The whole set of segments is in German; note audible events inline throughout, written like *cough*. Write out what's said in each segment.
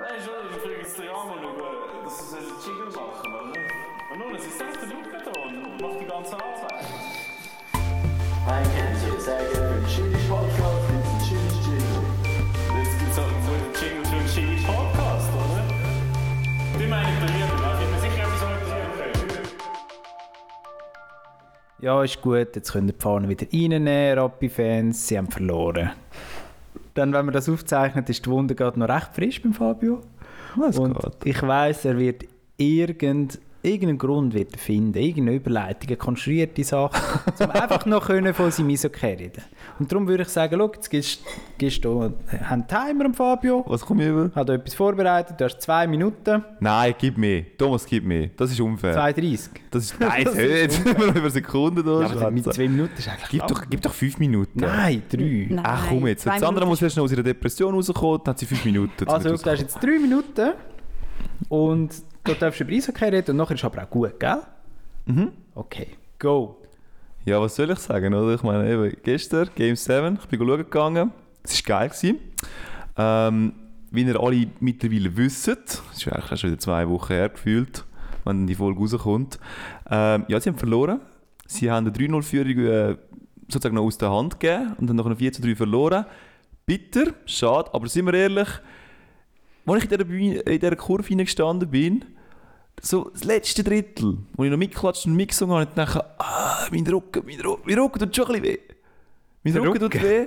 Nein, schon, ich kriege jetzt den Rahmen über. Das ist ein Jingle machen, oder? Und nun, es ist selbst der Luke da und macht die ganze Arbeit. Ein Kenntnis, sehr gerne. Schönes Podcast, ein schönes Jingle. Jetzt gibt es halt so einen Jingle für einen Jingle Podcast, oder? Die meine ich bei mir, da wird mir sicher etwas anderes einfallen. Ja, ist gut, jetzt könnt ihr die Fahne wieder reinnehmen, Rappi-Fans, sie haben verloren. Dann, wenn man das aufzeichnet, ist die Wunde gerade noch recht frisch beim Fabio. Was Und geht? ich weiß, er wird irgend, irgendeinen Grund wird er finden, irgendeine Überleitung, eine konstruierte Sache, *laughs* um einfach noch können von seinem Eishockey reden Und darum würde ich sagen, schau, jetzt gibst, gibst du einen Timer am Fabio, Was komme ich über? hat er etwas vorbereitet, du hast zwei Minuten, Nein, gib mir. Thomas, gib mir. Das ist unfair. 2,30. *laughs* Das ist. Nein, Das das ist jetzt sind wir über Sekunden Ja, durch. aber mit zwei Minuten ist eigentlich... gib, doch, gib doch fünf Minuten. Nein, drei. Nein. Ach komm jetzt. Zwei Sandra Minuten muss erst noch aus ihrer Depression rauskommen, dann hat sie fünf Minuten. Also, damit du hast jetzt drei Minuten und du darfst über Eishockey reden und nachher ist aber auch gut, gell? Mhm. Okay, go. Ja, was soll ich sagen, oder? Ich meine, eben, gestern, Game 7, ich bin schauen gegangen. Es war geil. Gewesen. Ähm, wie ihr alle mittlerweile wisst, es ist ja eigentlich auch schon wieder zwei Wochen her gefühlt, wenn dann die Folge rauskommt. Ähm, ja, sie haben verloren. Sie haben eine 3-0-Führung äh, sozusagen noch aus der Hand gegeben und haben nachher noch 4-3 verloren. Bitter, schade, aber sind wir ehrlich, als ich in dieser, Bühne, in dieser Kurve hineingestanden bin, so das letzte Drittel, wo ich noch mitgeklatscht und mitgesungen habe, und dachte ich, ah, mein Rücken, mein Rücken, mein Rücken tut schon ein bisschen weh. Mein Rücken, tut weh.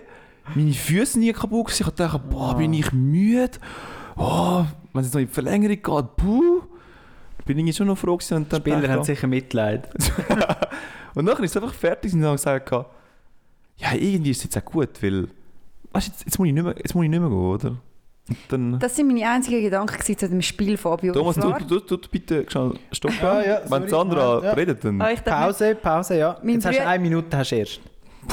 Meine Füße sind nie kaputt gewesen. Ich dachte, boah, bin ich müde. Oh, wenn es jetzt noch in die Verlängerung geht, puh. Bin ich schon noch froh gewesen. Und Die dann Spieler dachte ich, haben sicher Mitleid. *laughs* und nachher ist es einfach fertig und dann habe ich gesagt, ja, irgendwie ist es jetzt auch gut, weil, weißt, jetzt, jetzt, muss ich nicht mehr, jetzt muss ich nicht mehr gehen, oder? Und dann, Das sind meine einzigen Gedanken gewesen zu dem Spiel, Fabio. Thomas, Es du, war- du, du, du bitte schnell stoppen. Ah, ja, wenn sorry, Sandra Moment, ja. redet, dann... Ah, ich dachte, Pause, Pause, ja. Mein jetzt hast du Brü- eine Minute hast du *laughs* erst.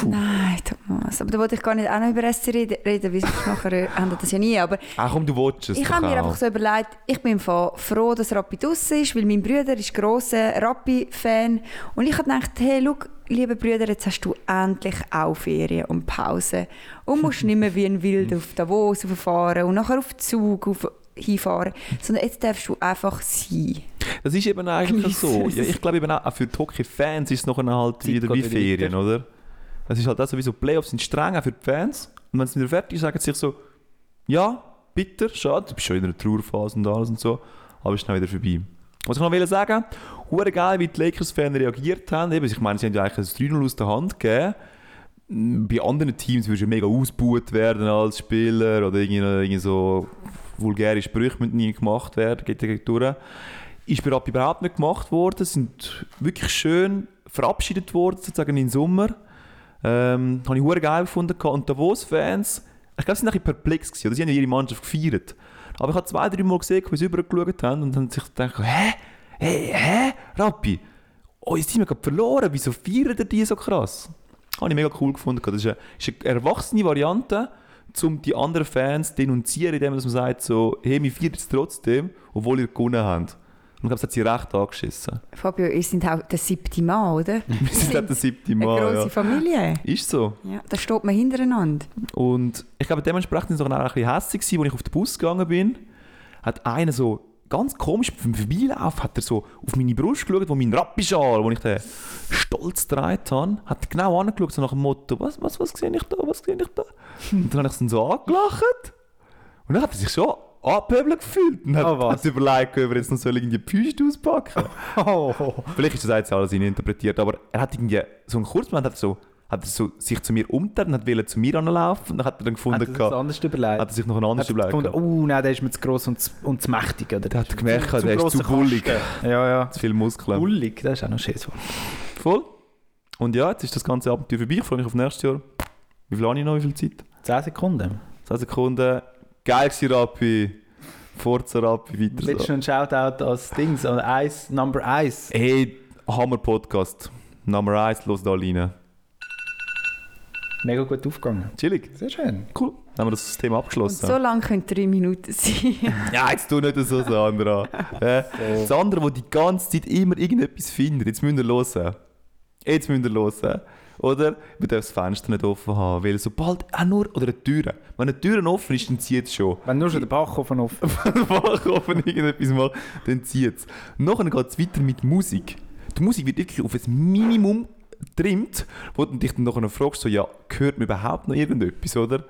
Nein, Thomas. Aber da wollte ich gar nicht auch noch über SC reden, reden weil sonst nachher ändert das ja nie. Aber Ach Ah, komm, du willst es ich doch habe mir auch. einfach so überlegt, ich bin im Fall froh, dass Rappi draussen ist, weil mein Bruder ist grosser Rappi-Fan. Und ich habe gedacht, hey, schau, liebe Brüder, jetzt hast du endlich auch Ferien und Pause. Und musst nicht mehr wie ein Wild auf Davos fahren und nachher auf den Zug auf, hinfahren. Sondern jetzt darfst du einfach sein. Das ist eben eigentlich Genieß so. es. Ja, ich glaube eben auch, auch für die Hockey-Fans ist es nachher halt Zeit wieder wie geht wieder Ferien, oder? Das ist halt auch sowieso, Playoffs sind streng auch für die Fans. Und wenn es wieder fertig ist, sagen sie sich so, ja, bitter, schade, du bist schon in einer Trauerphase und alles und so, aber es ist dann wieder vorbei. Was ich noch will sagen, hure geil, wie die Lakers-Fans reagiert haben. Eben, ich meine, sie haben ja eigentlich ein 3-0 aus der Hand gegeben. Bei anderen Teams würdest du mega ausgebucht werden als Spieler oder irgendwie, irgendwie so vulgäre Sprüche müssen nie gemacht werden, geht direkt durch ist bei Rappi überhaupt nicht gemacht worden, sind wirklich schön verabschiedet worden, sozusagen im Sommer. Ähm, habe ich hure geil gefunden. gehabt. Und Davos-Fans, ich glaube, sie waren ein bisschen perplex. Gewesen, oder? Sie haben ja ihre Mannschaft gefeiert. Aber ich habe zwei, drei Mal gesehen, wie sie rübergeschaut haben und haben sich gedacht, hä? Hey, hä? Rappi, Oh, unser Team hat gerade verloren, wieso feiern ihr die so krass? Habe ich mega cool gefunden. gehabt. Das ist eine, ist eine erwachsene Variante, um die anderen Fans zu denunzieren, indem man sagt, so, hey, wir feiern es trotzdem, obwohl ihr gewonnen habt. Und ich glaube, es hat sie recht angeschissen. Fabio, ihr seid auch das siebte Mal, oder? *laughs* Wir sind auch das siebte Eine Mal. grosse Ja. Familie. Ist so. Ja, da steht man hintereinander. Und ich glaube, dementsprechend war es auch ein bisschen hässlich, gewesen, als ich auf den Bus gegangen bin. Hat einer so ganz komisch beim Vorbeilauf hat er so auf meine Brust geschaut, wo mein Rappischal, wo ich den stolz gedreht habe, hat genau angeschaut, so nach dem Motto, was, was, was sehe ich da, was sehe ich da? Und dann habe ich ihn so angelacht. Und dann hat er sich schon abhebeln gefühlt und hat, Oh, was? hat überlegt, ob er jetzt noch so irgendwie die Püste auspacken Oh. Vielleicht ist das jetzt alles interpretiert, aber er hat irgendwie so einen kurzen Moment, hat er so, hat er so sich zu mir umgedreht und hat wollte zu mir anlaufen und dann hat er Hat dann gefunden, er das gehabt- anders überlegt? hat er sich noch einen Hat anderen er überlegt. gefunden, gehabt. oh nein, der ist mir zu gross und zu, und zu mächtig. Oder? Der hat gemerkt, der ist zu grosser bullig. Kasten. Ja, ja. Zu viel Muskeln. Bullig, das ist auch noch ein schönes Wort. Voll. Und ja, jetzt ist das ganze Abenteuer vorbei. Ich freue mich auf nächstes Jahr. Wie viel habe ich noch? Wie viel Zeit? 10 Sekunden. 10 Sekunden. Geil gewesen, Rappi. Forza Rappi, Willst weiter du so. noch einen Shoutout als Dings, an Eis, Number Eis? Hey, Hammer Podcast. Nummer 1, los da rein. Mega gut aufgegangen. Chillig. Sehr schön. Cool. Dann haben wir das Thema Und abgeschlossen. so lang können drei Minuten *laughs* sein. Ja, jetzt tu nicht so, Sandra. Äh, Sandra, die die ganze Zeit immer irgendetwas findet. Jetzt müsst ihr hören. Jetzt müsst ihr hören. Oder man darf das Fenster nicht offen haben, weil sobald, auch nur, oder eine Tür. Wenn eine Tür offen ist, dann zieht es schon. Wenn nur schon der Backofen *laughs* offen Wenn der Backofen irgendetwas macht, dann zieht es. Nachher geht es weiter mit Musik. Die Musik wird wirklich auf ein Minimum getrimmt, wo du dich dann nachher fragst, so, ja, gehört mir überhaupt noch irgendetwas, oder?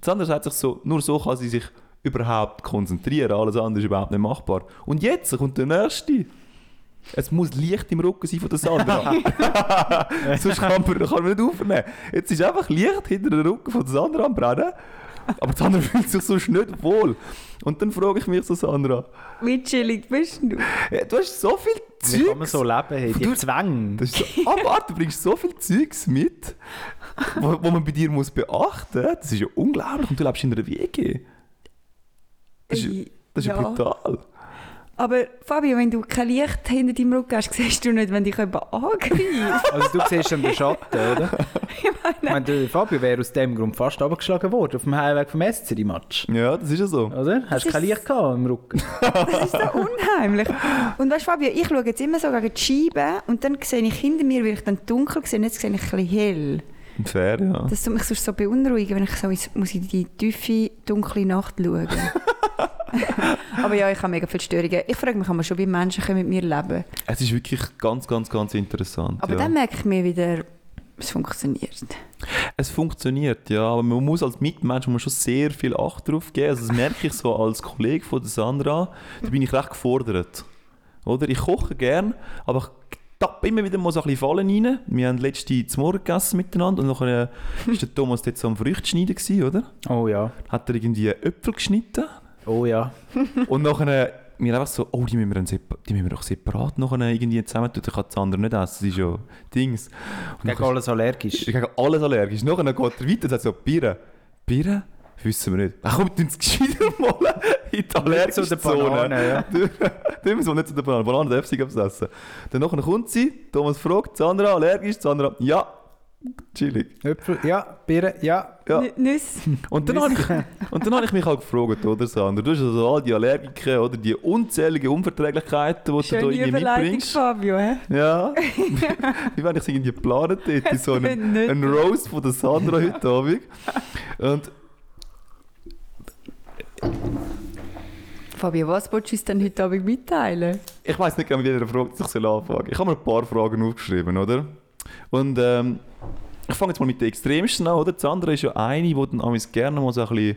Das andere hat sich so, nur so kann sie sich überhaupt konzentrieren, alles andere ist überhaupt nicht machbar. Und jetzt kommt der Nächste. Es muss Licht im Rücken sein von der Sandra. *laughs* Sonst kann man, kann man nicht aufnehmen. Jetzt ist einfach Licht hinter dem Rücken von der Sandra am Brennen. Aber die Sandra *laughs* fühlt sich sonst nicht wohl. Und dann frage ich mich so, Sandra, Wie chillig bist du? ja, du hast so viel Wie kann man Zeugs. so leben? Hey, die Du- Zwänge. das ist so, aber warte, du bringst so viel Zeugs mit, wo, wo man bei dir muss beachten muss. Das ist ja unglaublich. Und du lebst in einer WG. Das ist, das ist ja. Äh, Ja. brutal. Aber Fabio, wenn du kein Licht hinter deinem Rücken hast, siehst du nicht, wenn dich jemand angreift. Also du siehst schon den Schatten, *laughs* oder? ich meine, der Fabio wäre aus dem Grund fast abgeschlagen worden auf dem Heimweg vom SC-Match. Ja, das ist ja so. Oder? Hast du ist- kein Licht gehabt im Rücken? Das *laughs* ist so unheimlich. Und weißt du, Fabio, ich schaue jetzt immer so gegen die Scheibe und dann sehe ich hinter mir, weil ich dann dunkel sehe, jetzt sehe ich ein bisschen hell. Fair, ja. Das tut mich sonst so beunruhigen, wenn ich so ins- muss in die tiefe, dunkle Nacht *laughs* schauen Aber ja, ich habe mega viele Störungen. Ich frage mich, kann man schon bei Menschen können mit mir leben? Es ist wirklich ganz, ganz, ganz interessant. Aber ja. dann merke ich mir wieder, es funktioniert. Es funktioniert, ja, aber man muss als Mitmensch man muss schon sehr viel Acht drauf geben. Also das merke ich so als Kollege von der Sandra, da bin ich recht gefordert. Oder? Ich koche gern, aber ich tappe immer wieder mal so ein bisschen Fallen rein. Wir haben letzte zum Morgen gegessen miteinander und nachher äh, ist der Thomas dort so am Früchtschneiden gewesen, oder? Oh ja. Hat er irgendwie Äpfel geschnitten Oh ja. und nachher mir einfach so, oh, die müssen wir, dann sepa die müssen wir doch separat nachher irgendwie zusammen tun. Ich kann das andere nicht essen, das ist ja Dings. Und Gegen nachher- alles allergisch. *laughs* ich habe alles allergisch. Nachher geht er weiter und sagt so, Bieren. Bieren? Wissen wir nicht. Ach komm, tun uns gescheiter mal in die allergische zu der Zone. Banane, ja. Dann müssen wir nicht zu der Banane. Banane darf sie essen. Dann nachher kommt sie, Thomas fragt, Sandra, allergisch? Sandra, ja. Chillig. Äpfel, ja. Birnen, ja. Ja. N- *laughs* Nüsse. Und dann, habe ich, und dann habe ich mich auch gefragt, oder Sandra, du hast also all die Allergiker oder die unzähligen Unverträglichkeiten, die du Schöne da irgendwie Überleitung, mitbringst. Fabio. hä? Ja, wie wenn *laughs* ich es irgendwie geplant hätte, so einen, Nicht. einen Roast von der Sandra heute Abend. Und Fabio, was willst du uns denn heute Abend mitteilen? ich weiß nicht genau, mit welcher Frage ich soll anfangen soll. Ich habe mir ein paar Fragen aufgeschrieben, oder? Und ähm, ich fange jetzt mal mit der extremsten an, oder? Die Sandra ist ja eine, die dann amigs gerne mal so ein bisschen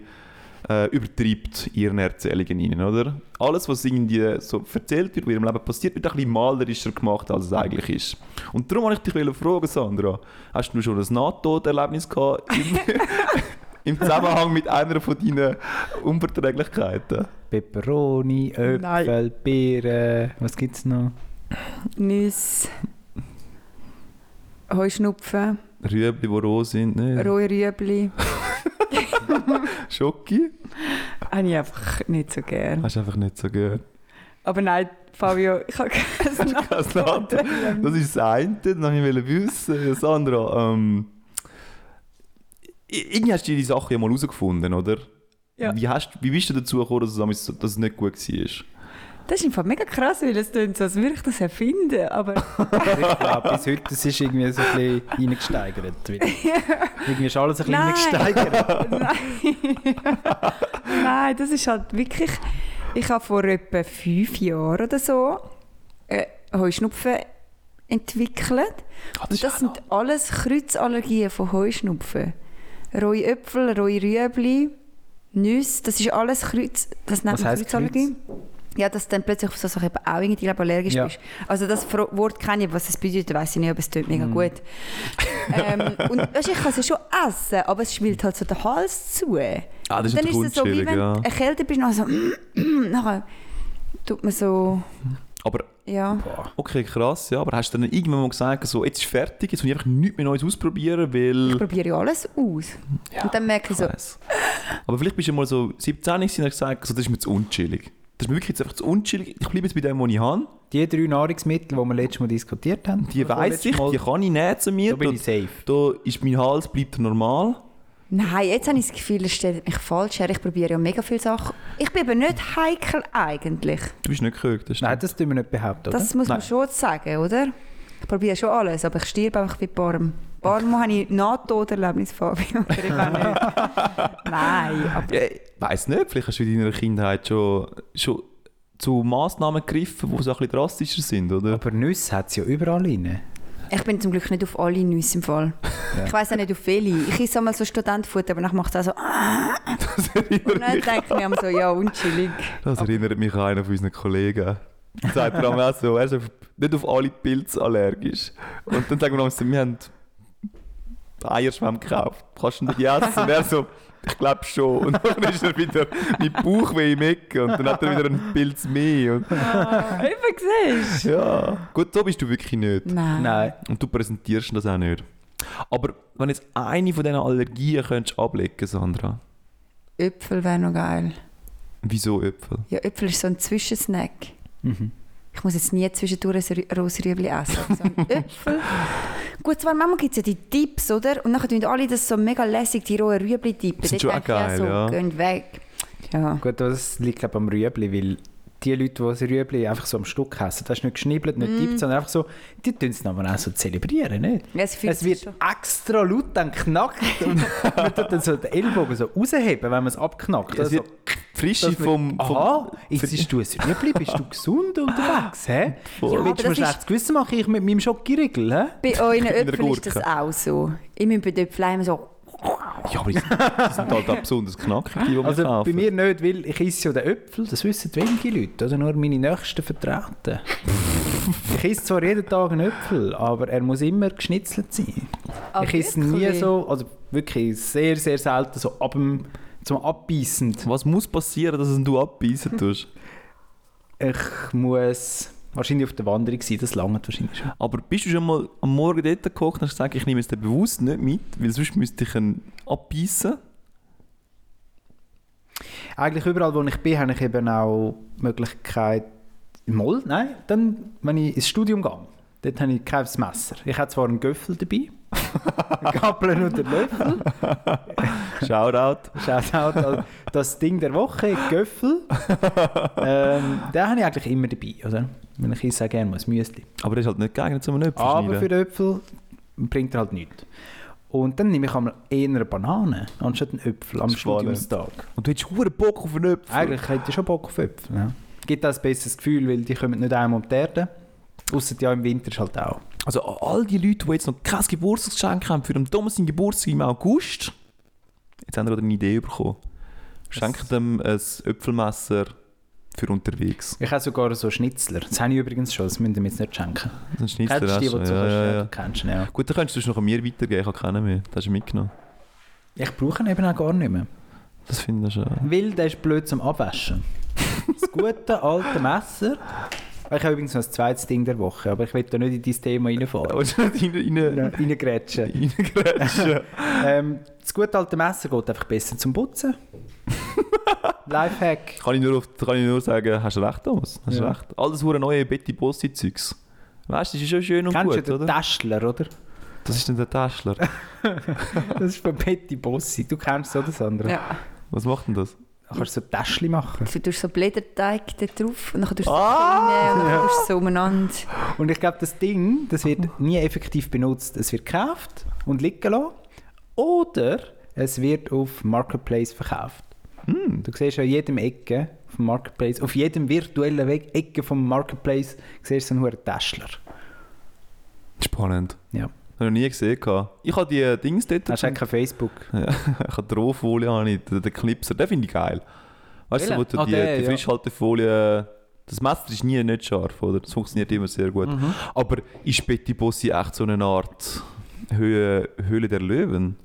äh, übertreibt in ihren Erzählungen rein, oder? Alles, was irgendwie so erzählt wird, was in ihrem Leben passiert, wird ein bisschen malerischer gemacht, als es eigentlich ist. Und darum wollte ich dich fragen, Sandra, hast du schon ein Nahtoderlebnis gehabt *laughs* im, im Zusammenhang mit einer von deinen Unverträglichkeiten? Peperoni, Äpfel, Birnen. Was gibt's noch? Nüsse. Heuschnupfen, Rüebli, die roh sind, ne? rohe Rüebli. Schoki? Habe ich einfach nicht so gern. Hast du einfach nicht so gehört. Aber nein, Fabio, ich *laughs* habe kein Das, das ist das eine, dann wollte ich wissen. Sandra, ähm, i- irgendwie hast du die Sache ja mal herausgefunden, oder? Ja. Wie, hast, wie bist du dazu gekommen, dass es, damals so- dass es nicht gut war? Das ist im Fall mega krass, weil es klingt so, als würde ich das erfinden. Aber Ich glaube, bis heute es ist irgendwie so ein bisschen reingesteigert. *laughs* wieder. Irgendwie ist alles ein bisschen Nein. reingesteigert. nein. *laughs* nein, das ist halt wirklich... Ich habe vor etwa fünf Jahren oder so äh, Heuschnupfen entwickelt. Und das sind alles Kreuzallergien von Heuschnupfen. Rohe Äpfel, rohe Rüebli, Nüsse, das ist alles Kreuz. Das nennt Was man heisst Kreuzallergie. Ja, dass du dann plötzlich auf so Sachen eben auch irgendwie glaub, allergisch Ja. bist. Also das Fro- Wort kenne ich, was es bedeutet, weiß ich nicht, aber es tut Hm. mega gut. ähm, und weißt, du, ich kann es ja schon essen, aber es schwillt halt so den Hals zu. Ah, das ist dann ist natürlich es so, wie unschuldig, wenn Äh, ja. du erkältet bist, dann so, *clears throat* nachher tut man so, Aber, ja. okay, krass, ja. Aber hast du dann irgendwann mal gesagt, so, jetzt ist fertig, jetzt will ich einfach nichts mehr Neues ausprobieren, Ich weil... probiere ja alles aus. und dann merke ich so, Weiss. Aber vielleicht bist du mal so 17 gewesen und hast gesagt, so, das ist mir zu unchillig. Das ist mir wirklich jetzt einfach zu unchillig. Ich bleibe jetzt bei dem, was ich habe. Die drei Nahrungsmittel, die wir letztes Mal diskutiert haben. Die weiß ich, die Da kann ich nehmen zu mir. bin ich da, safe. da ist mein Hals bleibt normal. Nein, jetzt habe ich das Gefühl, es stellt mich falsch her. Ich probiere ja mega viele Sachen. Ich bin aber nicht heikel eigentlich. Du bist nicht gehört. Das Nein, das tun wir nicht behaupten, oder? Das muss Nein. man schon sagen, oder? Ich probiere schon alles, aber ich stirbe einfach wie Barm. Barmo habe ich Nahtoderlebnis, Fabio. Oder eben nicht. Nein, aber Ja, ich Äh, weiss nicht, vielleicht hast du in deiner Kindheit schon, schon zu Massnahmen gegriffen, die so ein bisschen drastischer sind, oder? Aber Nüsse hat es ja überall rein. ich bin zum Glück nicht auf alle Nüsse im Fall. Ich weiss auch nicht auf viele. Ich esse einmal so Studentenfutter, aber dann macht es auch so... Das *laughs* Und erinnert, dann mich, denke ich mir immer so, ja, unschillig. das erinnert mich an einen von unseren Kollegen. Dann sagt er einmal auch so, er ist auf- nicht auf alle Pilze allergisch. Und dann sagen wir uns, wir haben Eierschwamm gekauft. Kannst du nicht essen? Und er so, ich glaube schon. Und dann ist er wieder mit Bauchweh im Ecken. Und dann hat er wieder einen Pilz mehr. Und, Eben, siehst ja. Gut, so bist du wirklich nicht. Nein. Nein. Und du präsentierst das auch nicht. Aber wenn jetzt eine von diesen Allergien könntest ablegen, Sandra, Äpfel wäre noch geil. wieso Äpfel? Ja, Äpfel ist so ein Zwischensnack. Mhm. Ich muss jetzt nie zwischendurch ein Rü- rohes Rüebli essen. aber *laughs* So ein Äpfel. Gut, zwar manchmal gibt es ja die Tipps, oder? Und dann tun alle das so mega lässig, die rohen Rüebli tippen. Das sind schon auch geil, so, ja. gehen weg. Ja. Gut, das liegt glaube am Rüebli, weil die Leute, die das Rüebli einfach so am Stück essen, das ist nicht geschnibbelt, Mhm. nicht tippt, sondern einfach so, die tun es aber auch so zelebrieren, nicht? Ja, es fühlt Es sich wird schon- extra laut dann *laughs* knackt und man tut dann so den Ellbogen so rausheben, wenn man es abknackt. Das Also, wird die Frische dass man- vom, vom... aha, jetzt ist du ein Rüebli, bist du *laughs* gesund unterwegs, hä? Ja, Willst aber du mir das ist- schlechtes Gewissen machen, ich mit meinem Schokoriegel, hä? *laughs* Bei euren einer Äpfeln ist das Gurke. auch so. Ich muss bei den Äpfeln immer so... Ja, aber die sind die sind halt auch besonders knackig, die wir Also kaufen. bei mir nicht, weil ich esse ja den Äpfel, das wissen wenige Leute, oder nur meine nächsten Vertrauten. ich esse zwar jeden Tag einen Äpfel, aber er muss immer geschnitzelt sein. Ah, ich esse nie wirklich? so, also wirklich sehr, sehr selten so ab dem, zum Abbeissen. Was muss passieren, dass es du abbeissen tust? Ich muss wahrscheinlich auf der Wanderung sein, das langt wahrscheinlich schon. Aber bist du schon mal am Morgen dort gekocht und hast gesagt, ich nehme es dir bewusst nicht mit, weil sonst müsste ich einen abbeissen? Eigentlich überall, wo ich bin, habe ich eben auch die Möglichkeit, Moll, nein, dann, wenn ich ins Studium gehe, dort habe ich kein Messer. Ich habe zwar einen Göffel dabei, *laughs* einen Gabeln und einen Löffel, Shoutout. Shoutout an das Ding der Woche, Göffel. ähm, den habe ich eigentlich immer dabei, oder? Wenn ich esse, auch gerne mal ein Müsli. Aber das ist halt nicht geeignet, um einen Äpfel zu Aber für schneiden. den Äpfel bringt er halt nichts. Und dann nehme ich einmal eher eine Banane anstatt einen Äpfel am Spannend. Studiumstag. Und du hättest verdammt Bock auf einen Äpfel. Eigentlich hätte ich schon Bock auf Äpfel. Ja. Gibt das ein besseres Gefühl, weil die kommen nicht einmal um die Erde. Ausser ja im Winter ist halt auch. Also an all die Leute, die jetzt noch kein Geburtstagsgeschenk haben für den Thomas seinen Geburtstag im August, jetzt haben wir eine Idee bekommen. Schenkt ihm ein Äpfelmesser für unterwegs. Ich habe sogar so Schnitzler. Das habe ich übrigens schon, das müssen wir jetzt nicht schenken. Dann schneidest Kennst du du die, die du den auch so schon. ja, ja, ja. kennst? Ja. Gut, dann könntest du es noch an mir weitergeben, ich habe keinen mehr. Das hast du mitgenommen. Ich brauche ihn eben auch gar nicht mehr. Das finde *laughs* ich schon. Weil der ist blöd zum Abwaschen. Das gute alte Messer. Ich habe übrigens noch ein zweites Ding der Woche, aber ich will da nicht in dein Thema *laughs* Da reinfahren. willst du nicht rein- rein- Reingrätschen. reingrätschen. *laughs* Ähm, das gute alte Messer geht einfach besser zum *laughs* Putzen. Lifehack. kann, ich nur auf, kann ich nur sagen, hast du recht, Thomas. Hast du Ja. recht. Alles hure neue Betty Bossi-Zeugs. Weißt du, das ist schon schön und Kennst gut, du den oder? Täschler, oder? Das ist dann *laughs* der Täschler. Das ist von Betty Bossi. Du kennst es, oder Sandra? Ja. Was macht denn das? Da kannst du so Täschli machen. Du tust so Blätterteig da drauf und dann tust du Ah! es und dann tust du es so umeinander. Und ich glaube, das Ding, das wird nie effektiv benutzt. Es wird gekauft und liegen lassen. Oder es wird auf Marketplace verkauft. Hm. Du siehst an jedem Ecke vom Marketplace, auf jedem virtuellen Weg, Ecke vom Marketplace, siehst du so einen hohen Täschler. Spannend. Ja. Habe ich noch nie gesehen. gehabt. Ich habe die Dings dort. Hast du auch kein Facebook? Ja, *laughs* ich habe die Rohfolie, habe ich, den, den Clipser, den finde ich geil. Weißt du, Welchen? wo du Ah, die, der, die ja. Frischhaltefolie. Das Messer ist nie nicht scharf, oder? Das funktioniert immer sehr gut. Mhm. Aber ist Betty Bossi echt so eine Art Höhe, Höhle der Löwen?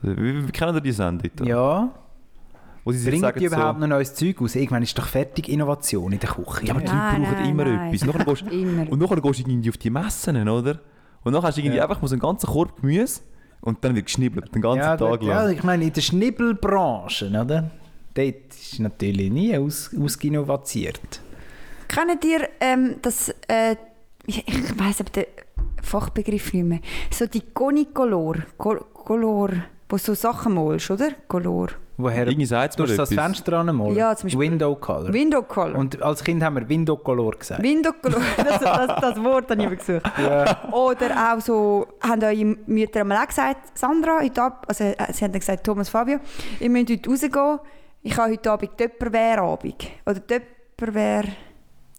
Wie, wie, wie kennen ihr die Sendung? da? Ja. Wo sie sich Bringen sagen die überhaupt so, noch neues Zeug aus? Irgendwann ist doch fertig Innovation in der Küche. Ja, aber die Nein, Leute brauchen nein, immer nein. etwas. Nachher *laughs* gehst, Immer. und nachher gehst du irgendwie auf die Messen, oder? Und nachher hast du irgendwie Ja. einfach mal so einen ganzen Korb Gemüse und dann wird geschnibbelt, den ganzen ja, Tag dort- ja, lang. ich meine, in der Schnibbelbranche, oder? Dort ist natürlich nie aus, ausgenovatiert. Kennt ihr ähm, das, äh, ich, ich weiß aber den Fachbegriff nicht mehr, so die Conicolor, Col Color, wo du so Sachen malst, oder? Color. Woher? Irgendwie sagt mir Tust du das etwas. Fenster anmalen? Ja, zum Beispiel- Window Color. Window Color. Und als Kind haben wir Window Color gesagt. Window Color, das, das, das Wort habe ich immer gesucht. Oder auch so, haben eure Mütter einmal auch gesagt, Sandra, heute Abend, also äh, sie haben dann gesagt, Thomas, Fabio, ihr müsst heute rausgehen, ich habe heute Abend Töpperwehrabend. Oder Töpperwehr,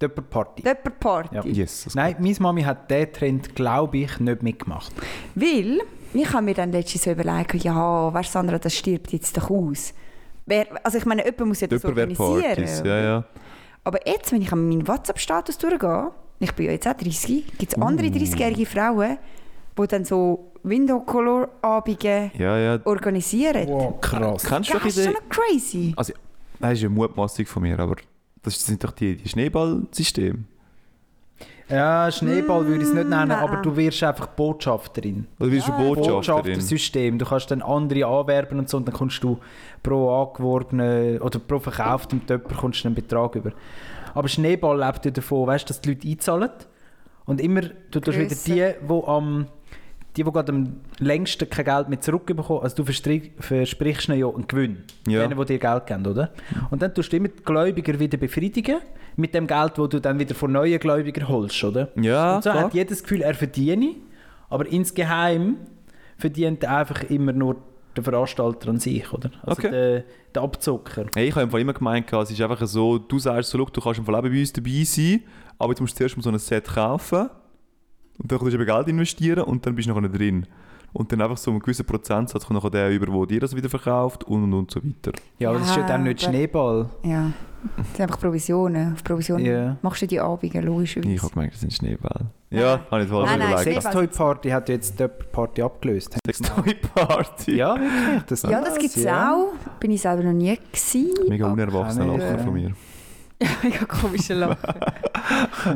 Döpper Party. Töpperparty. Ja. Jesus. Nein, meine Mami hat diesen Trend, glaube ich, nicht mitgemacht. Weil, ich habe mir dann letztens so überlegt, ja, weißt du, Sandra, das stirbt jetzt doch aus. Wer, also ich meine, jemand muss ja das Töpperware-Partys, organisieren. ja, ja. Aber jetzt, wenn ich an meinen WhatsApp-Status durchgehe, ich bin ja jetzt auch 30, gibt es Mm. andere 30-jährige Frauen, die dann so Window-Color-Abende Ja, ja. organisieren. Wow, krass. Kennst du Das doch ist schon diese... noch crazy. Also, das ist eine Mutmaßung von mir, aber das sind doch die, die Schneeballsysteme. Ja, Schneeball würde ich es nicht nennen, nein. aber du wirst einfach Botschafterin. Oder bist du Botschafterin? Botschaftersystem. Du kannst dann andere anwerben und so und dann kommst du pro angeworbenen oder pro verkauftem Töpper kommst du einen Betrag über. Aber Schneeball lebt ja davon, weißt, dass die Leute einzahlen und immer du tust wieder Grösser. die, wo am die, die gerade am längsten kein Geld mehr zurückbekommen, also du verstri- versprichst ihnen ja einen Gewinn, Ja. denen, die dir Geld geben, oder? Und dann tust du immer die Gläubiger wieder befriedigen mit dem Geld, das du dann wieder von neuen Gläubigern holst, oder? Ja, und so klar. hat jeder das Gefühl, er verdiene, aber insgeheim verdient er einfach immer nur der Veranstalter an sich, oder? Also Okay. der, der Abzocker. Hey, ich habe im Fall immer gemeint, es ist einfach so, du sagst so, «Schau, du kannst im Fall eben bei uns dabei sein, aber jetzt musst du zuerst mal so ein Set kaufen und dann kannst du eben Geld investieren und dann bist du nachher drin. Und dann einfach so einen gewissen Prozentsatz kommt nachher der über, wo dir das wieder verkauft und und und so weiter. Ja, aber das ist ja Ja, dann nicht aber- Schneeball. Ja, das sind einfach Provisionen. Auf Provisionen Ja. machst du die Abende, logischerweise. Ich habe gemeint, das sind Schneeball. Nein. Ja, habe ich falsch Nein, nein, überlegt. Schneeball- Sextoy-Party hat ja jetzt die Party abgelöst. Sextoy-Party. Ja, wirklich. Das ja, das gibt es *laughs* auch. Bin ich selber noch nie gewesen. *laughs* Mega unerwachsener Kann ich, Lacher äh, von mir. Mega komische Lachen.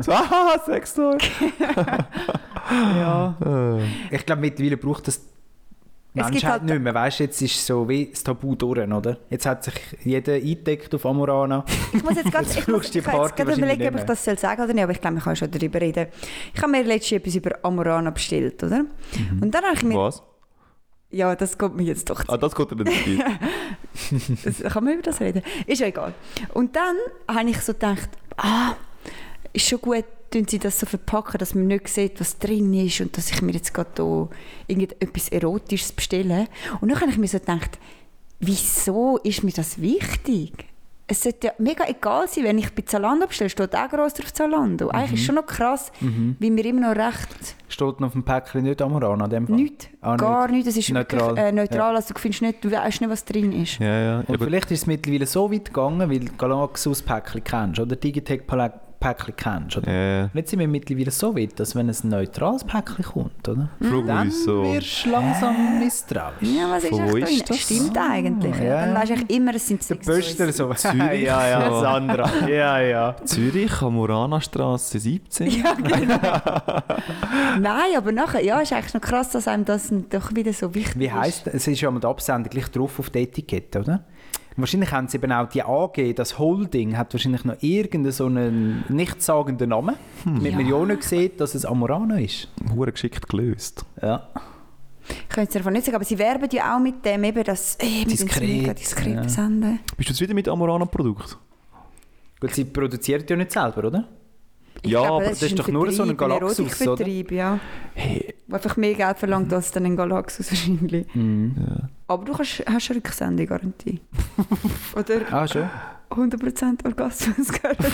So, «Haha, *laughs* Sextoy!» Ja. Äh. Ich glaube, mittlerweile braucht das die Es gibt Menschheit halt- nicht mehr. Weißt du, jetzt ist so wie das Tabu durch, oder? Jetzt hat sich jeder eingedeckt auf Amorana. Ich muss jetzt ganz, Jetzt ich muss, brauchst du ich die kann jetzt Party gerade überlegen, ob ich wahrscheinlich das soll sagen oder nicht, aber ich glaube, wir können schon darüber reden. Ich habe mir letztens etwas über Amorana bestellt, oder? Und dann habe ich mir... Was? Ja, das kommt mir jetzt doch zu. Ah, das kommt dann nicht rein. Das, kann man über das reden? Ist ja egal. Und dann habe ich so gedacht, ah, ist schon gut, tun sie das so verpacken, dass man nicht sieht, was drin ist und dass ich mir jetzt gerade da irgendetwas Erotisches bestelle. Und dann habe ich mir so gedacht, wieso ist mir das wichtig? Es sollte ja mega egal sein, wenn ich bei Zalando bestelle, steht auch gross drauf Zalando. Eigentlich Mhm. ist schon noch krass, wie wir immer noch recht... Steht noch auf dem Päckchen nicht Amorana in dem Fall. Nichts, Ah, nicht. gar nichts. Es ist neutral. Neutral. wirklich äh, neutral. Also du findest nicht, du weißt nicht, was drin ist. Ja, ja. Und Aber vielleicht ist es mittlerweile so weit gegangen, weil du Galaxus-Päckchen kennst oder Digitec-Päckchen kennst. Oder? Ja, ja. Und jetzt sind wir mittlerweile so weit, dass wenn es ein neutrales Päckchen kommt, oder? Fragen wir Dann uns so. wirst du langsam misstrauisch. Ja, was ist Von echt wo da ist drin? das? Stimmt eigentlich. Ah, ja. Dann weisst du eigentlich immer, es sind sechs Toys. so. *laughs* Zürich. ja, ja, Sandra. Ja, ja. Zürich, Amorana-Straße 17. Ja, genau. Nein, aber nachher, ja, ist eigentlich noch krass, dass einem das doch wieder so wichtig Wie ist. heisst es? ist ja mit Absender gleich drauf auf die Etikette, oder? Und wahrscheinlich haben sie eben auch die AG, das Holding, hat wahrscheinlich noch irgendeinen so einen nichtssagenden Namen, damit man Hm. ja nicht sieht, dass es Amorana ist. Hure geschickt gelöst. Ja. Ich könnte es davon nicht sagen, aber sie werben ja auch mit dem eben, dass ey, wir sind so Diskret, mega diskret ja. senden. Bist du zufrieden mit Amorana-Produkten? Gut, sie produzieren ja nicht selber, oder? Ich Ja, glaube, aber das ist doch nur so ein Vertrieb, Galaxus, Erotikvertrieb, ja. Der einfach mehr Geld verlangt als dann ein Galaxus wahrscheinlich. Hm. Aber du kannst, hast *laughs* eine Rücksendegarantie. Oder Ah, schon. *laughs* 100% Orgasmusgarantie.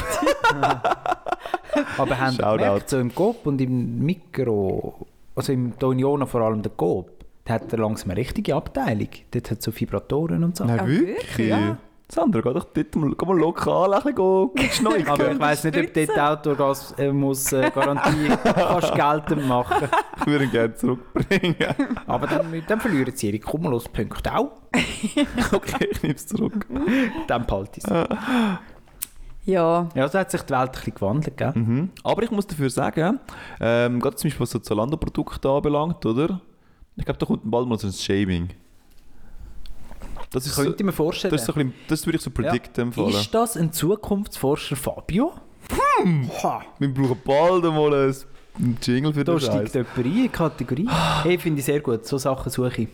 Aber haben Sie Shoutout. gemerkt, so im Coop und im Mikro, also im Doniona vor allem der Coop, da hat er langsam eine richtige Abteilung. Dort hat so Vibratoren und so. Ah, wirklich? Ja. Sandra, geh doch dort mal, geh mal lokal ein bisschen schneiden. Aber ich weiss nicht, ob dort Autogas äh, muss äh, *laughs* Garantie kannst geltend machen. Ich würde ihn gerne zurückbringen. Aber dann, dann verlieren sie ihre Cumulus-Punkte auch. okay, *laughs* ich nehme es zurück. Dann behalte ich sie. ja. Ja, so hat sich die Welt ein bisschen gewandelt, gell? Mhm. Aber ich muss dafür sagen, ähm, gerade zum Beispiel was so Zalando-Produkte anbelangt, oder? Ich glaube, da kommt bald mal so ein Shaming. Das ist, so, Könnte ich mir vorstellen. das, ist so ein bisschen, das würde ich so predikten im Fall. Ist das ein Zukunftsforscher Fabio? Ha. Wir brauchen bald mal ein- einen Jingle für Da das. steigt Scheiß. Ah. jemand rein in die Kategorie. Hey, finde ich sehr gut. So Sachen suche ich.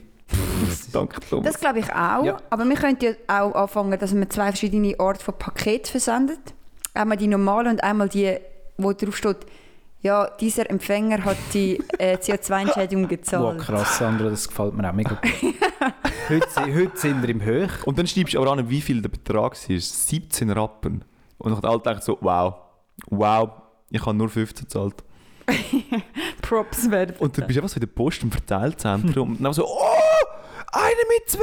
Danke, Thomas. Das glaube ich auch. Ja. Aber wir könnten ja auch anfangen, dass man zwei verschiedene Orte von Paket versendet. Einmal die normale und einmal die, wo drauf steht, ja, dieser Empfänger hat die *laughs* äh, CO2-Entschädigung Wow, gezahlt. krass, Sandra, das gefällt mir auch mega gut. heute, si- heute sind wir im Höch. Und dann schreibst du aber an, wie viel der Betrag war. 17 Rappen. Und dann alle denken so, wow, wow, ich habe nur 15 gezahlt. Props werden. Und dann bist du einfach so in der Post im Verteilzentrum und dann so, oh, einer mit 2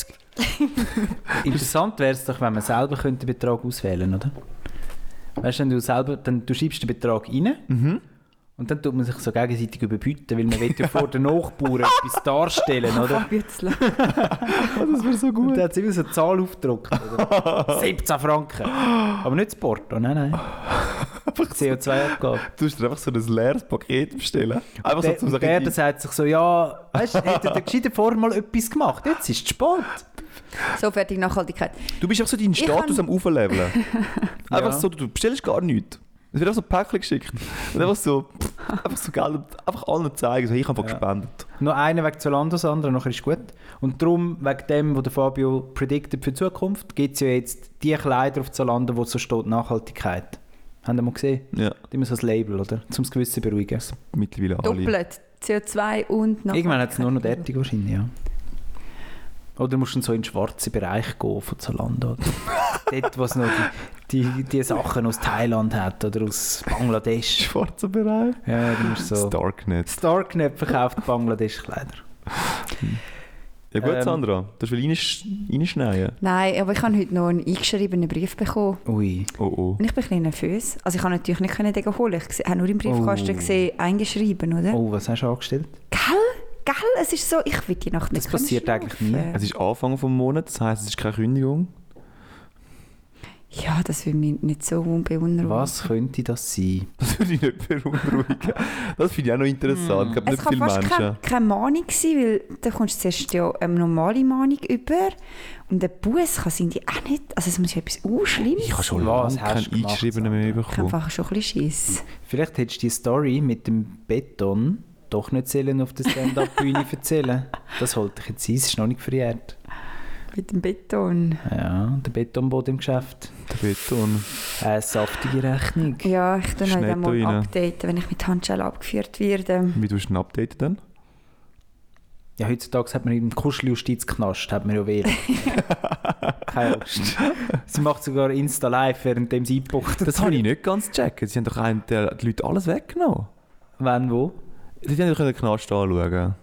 Franken 35. Interessant wäre es doch, wenn man selber könnte den Betrag auswählen könnte, oder? Weißt du, wenn du selber, dann du schreibst den Betrag rein Mhm. und dann tut man sich so gegenseitig überbieten, weil man will ja vor den *laughs* Nachbarn etwas darstellen, oder? *laughs* Bützel. Oh, Das wäre so Und dann hat sie immer so eine Zahl aufgedruckt, *laughs* oder? 17 Franken. Aber nicht das Porto, nein, nein. CO2-Abgabe. Du hast dir einfach so ein leeres Paket bestellen. Einfach *laughs* so um Der, zum und der, Sagen, der sagt sich so, ja, weißt du, hätte der gescheiter vorher mal etwas gemacht, jetzt ist es spät. So fertig Nachhaltigkeit. du bist einfach so deinen Status kann- am *laughs* Aufleveln. einfach Ja. so, du bestellst gar nichts. Es wird einfach so ein Päckchen geschickt. Und einfach so, pff, einfach so Geld, einfach allen zeigen, so, ich habe einfach Ja. gespendet. Noch einer wegen Zalando, das andere, nachher ist gut. Und darum, wegen dem, was der Fabio prediktet für die Zukunft, gibt es ja jetzt die Kleider auf Zalando, wo so steht Nachhaltigkeit. Haben ihr mal gesehen? Ja, Hat Immer so ein Label, oder? Zum das Gewissen beruhigen. mittlerweile alle. Doppelt. CO2 und Nachhaltigkeit. Irgendwann hat es nur noch derartig wahrscheinlich, ja. Oder musst du dann so in den schwarzen Bereich gehen von Zalando. *laughs* oder? Dort, wo es noch die, die, die Sachen aus Thailand hat oder aus Bangladesch. Schwarzer Bereich. Ja, du musst so... Das Darknet. Starknet verkauft Bangladesch-Kleider. Ja gut, Ähm, Sandra, du hast will reinsch reinschneiden. Nein, aber ich habe heute noch einen eingeschriebenen Brief bekommen. Ui. Oh oh. Und ich bin ein bisschen nervös. Also ich habe natürlich nicht können den holen. Ich gse- habe nur im Briefkasten Oh. gesehen, eingeschrieben, oder? Oh, was hast du angestellt? Gell? Gell? Es ist so, ich will die Nacht nicht Das passiert können eigentlich nie. schlafen. Es ist Anfang vom Monat, das heisst, es ist keine Kündigung. *laughs* Ja, das würde mich nicht so unbeunruhigen. Was könnte das sein? Das würde ich nicht beunruhigen. Das finde ich auch noch interessant. Ich glaube, Hm. Es nicht kann viele fast keine, Menschen. keine Mahnung sein, weil da kommst du zuerst ja eine normale Mahnung über und der Bus kann sein, die auch nicht. Also es muss ja etwas Urschlimmes Ich habe schon Was hast lange du keinen gemacht, Eingeschriebenen mehr Ich habe bekommen. einfach schon ein bisschen Schiss. Vielleicht hättest du die Story mit dem Beton doch nicht zählen auf der Stand-Up-Bühne erzählen. Das holt dich jetzt ein, es ist noch nicht verjährt. Mit dem Beton. Ja, der Betonboden im Geschäft. Der Beton. Eine saftige Rechnung. Ja, ich tue halt Schnell dann mal da rein. updaten, wenn ich mit Handschellen abgeführt werde. Wie tust du ihn updaten dann? Ja, heutzutage hat man im Kuscheljustizknast, hat man ja wählen. Keine Angst. Sie macht sogar Insta live, während dem sie eingebucht Das habe ich nicht ganz gecheckt. Sie haben doch einen, der, die Leute alles weggenommen. Wann, wo? Sie haben doch den Knast anschauen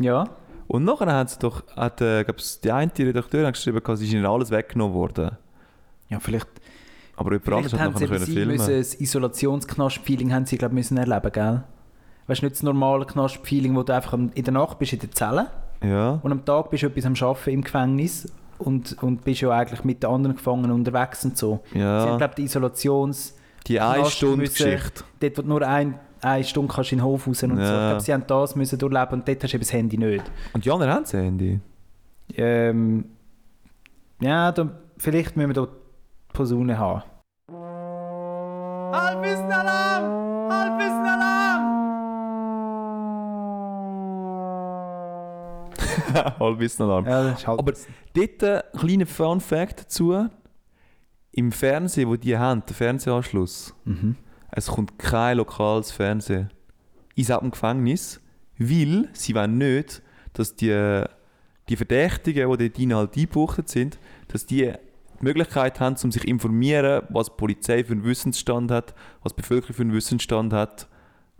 Ja. Und nachher hat sie doch, hat, äh, glaub's, die eine Redakteurin hat geschrieben, es ist ihnen alles weggenommen worden. Ja, vielleicht, Aber jemand anderes vielleicht hat haben sie nachher eben können sie filmen. müssen, das Isolationsknast-Feeling haben sie, glaube müssen erleben, gell? Weißt du, nicht das normale Knast-Feeling, wo du einfach am- in der Nacht bist in der Zelle Ja. und am Tag bist du etwas am Arbeiten im Gefängnis und, und bist ja eigentlich mit den anderen Gefangenen unterwegs und so. Sie haben, ja. glaube die Isolations... Die eine Knast Stunde müssen- Geschichte. dort, wo du nur ein, eine Stunde kannst in den Hof raus und so. Ich Ja. glaube, sie haben das müssen durchleben und dort hast du eben das Handy nicht. Und die anderen haben das Handy. *laughs* Ähm, ja, da, vielleicht müssen wir da die Posaune haben. Halbwissen-Alarm! Halbwissen-Alarm! Halbwissen-Alarm. Ja, das ist halt Aber dort äh, ein kleiner Fun Fact dazu. Im Fernsehen, wo die haben, der Fernsehanschluss, mhm. es kommt kein lokales Fernsehen ins dem Gefängnis, weil sie wollen nicht, dass die, die Verdächtigen, die dort halt eingebuchtet sind, dass die die Möglichkeit haben, um sich zu informieren, was die Polizei für einen Wissensstand hat, was die Bevölkerung für einen Wissensstand hat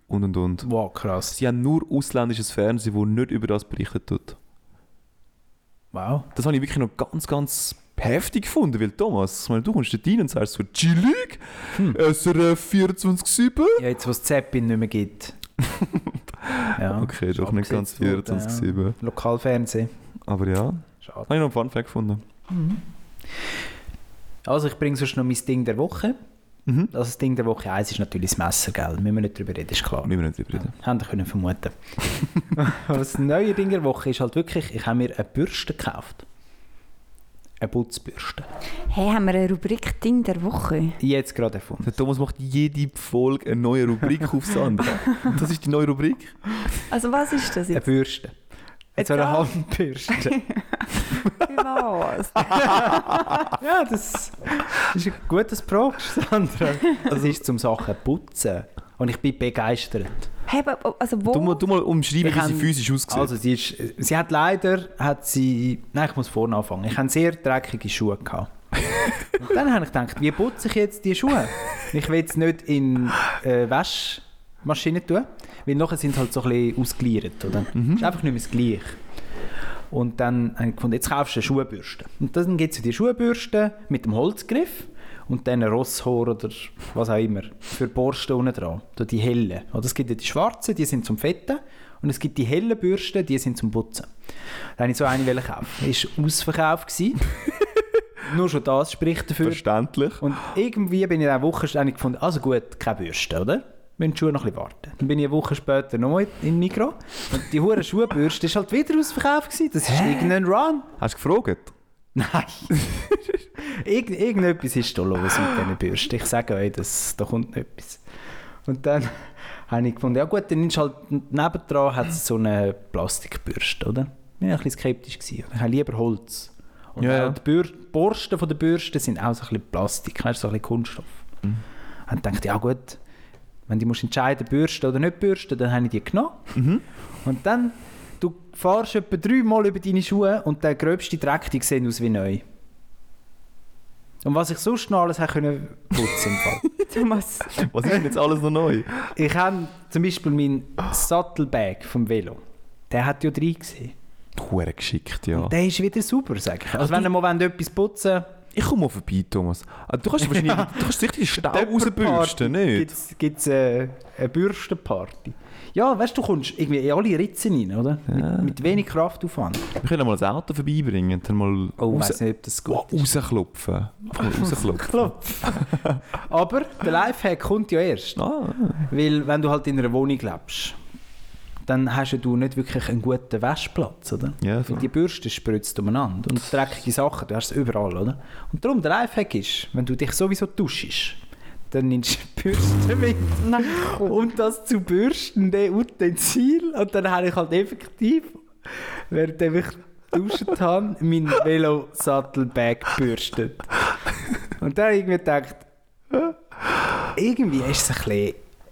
und und und. Wow, krass. Sie haben nur ausländisches Fernsehen, das nicht über das berichtet tut. Wow. Das habe ich wirklich noch ganz, ganz heftig gefunden, weil Thomas, ich meine, du kommst dort rein und sagst so, chillig, Hm. SRF 24-7. Ja, jetzt, wo es Zeppin nicht mehr *laughs* gibt. ja, Okay, ist doch nicht ganz abgesetzt worden, 24-7. Ja. Lokalfernsehen. Aber ja, Schade. habe ich noch einen Funfact gefunden. Also ich bringe sonst noch mein Ding der Woche. Mhm. Also das Ding der Woche 1 ist natürlich das Messer, gell? Müssen wir nicht drüber reden, ist klar. Müssen wir nicht drüber reden. Ja, haben wir können *laughs* vermuten. *laughs* Aber das neue Ding der Woche ist halt wirklich, ich habe mir eine Bürste gekauft. Eine Putzbürste. Hey, haben wir eine Rubrik Ding der Woche? Jetzt gerade erfunden. Der Thomas macht jede Folge *laughs* eine neue Rubrik aufs andere. Das ist die neue Rubrik. Also was ist *laughs* das Eine jetzt? Bürste. Mit so einer Handbürste. was? ja, das ist ein gutes Projekt, Sandra. Das ist zum Sachen putzen. Und ich bin begeistert. Hey, aber- also wo? Du, mu- du mal umschreiben, Ich wie sie hab- physisch aussieht. Also sie, ist, sie hat leider, hat sie, nein ich muss vorne anfangen, ich hatte sehr dreckige Schuhe. Gehabt. Und dann habe ich gedacht, wie putze ich jetzt die Schuhe? Ich will es nicht in äh, Waschmaschine tun, weil nachher sind sie halt so ein bisschen ausgeliert, oder? Ist einfach nicht mehr das Gleiche. Und dann habe ich gefunden, jetzt kaufst du eine Schuhbürste. Und dann gibt es die Schuhbürste mit dem Holzgriff und dann ein Rosshaar oder was auch immer für die Borsten unten dran. So die hellen. Oder es gibt ja die schwarzen, die sind zum Fetten. Und es gibt die hellen Bürsten, die sind zum Putzen. Da wollte ich so eine wollen kaufen. Ist ausverkauft. gewesen. Nur schon das spricht dafür. Verständlich. Und irgendwie bin ich dann eine Woche später eigentlich gefunden, also gut, keine Bürste, oder? Wir müssen die Schuhe noch ein bisschen warten. Dann bin ich eine Woche später noch in Mikro und die hure Schuhbürste ist halt wieder ausverkauft gewesen. Das ist irgendein Run. Hast du gefragt? Nein. *laughs* Irgend, irgendetwas ist da los mit diesen Bürsten. Ich sage euch, das, da kommt noch etwas. Und dann habe ich gefunden, ja gut, dann nimmst du halt nebendran hat es so eine Plastikbürste, oder? Ich war ein bisschen skeptisch. Gewesen. Ich habe lieber Holz. Und Ja, ja. auch die Bür Borsten von der Bürste sind auch so ein bisschen Plastik, weißt, du, so ein bisschen Kunststoff. Mhm. Und ich dachte, ja gut, wenn du musst entscheiden Bürste oder nicht Bürste, dann habe ich die genommen. Und dann, du fährst etwa dreimal über deine Schuhe und der gröbste Dreck, die sehen aus wie neu. Und was ich sonst noch alles hätte können putzen im *laughs* Fall. Thomas. Was ist denn jetzt alles noch neu? Ich habe zum Beispiel meinen Sattelbag vom Velo. Der hat ja drei gesehen. Hure geschickt, ja. Der ist wieder super, sage ich. Also Also wenn ihr Oh. du- mal wollt, etwas putzen Ich komme mal vorbei, Thomas. Ah, Du kannst wahrscheinlich du kannst richtig den Stau rausbürsten, nicht? Gibt es äh, eine Bürstenparty. Ja, weißt du, du kommst irgendwie in alle Ritzen rein, oder? Mit, mit wenig Kraftaufwand. Wir können mal ein Auto vorbeibringen und dann mal Ich raus- weiß nicht, ob das gut Oh, rausklopfen. Einfach mal rausklopfen. Klopf. *laughs* Aber der Lifehack kommt ja erst. Ah, Weil wenn du halt in einer Wohnung lebst, dann hast ja du nicht wirklich einen guten Waschplatz, oder? Ja, Weil voll. die Bürste spritzt umeinander und dreckige Sachen, du hast es überall, oder? Und darum, der Lifehack ist, wenn du dich sowieso duschst, dann nimmst du die Bürste mit Nein, komm. und das zu bürsten, der Utensil. Und dann habe ich halt effektiv, während ich geduscht habe, meinen Velosattelbag gebürstet. Und dann habe ich mir gedacht, irgendwie ist es ein bisschen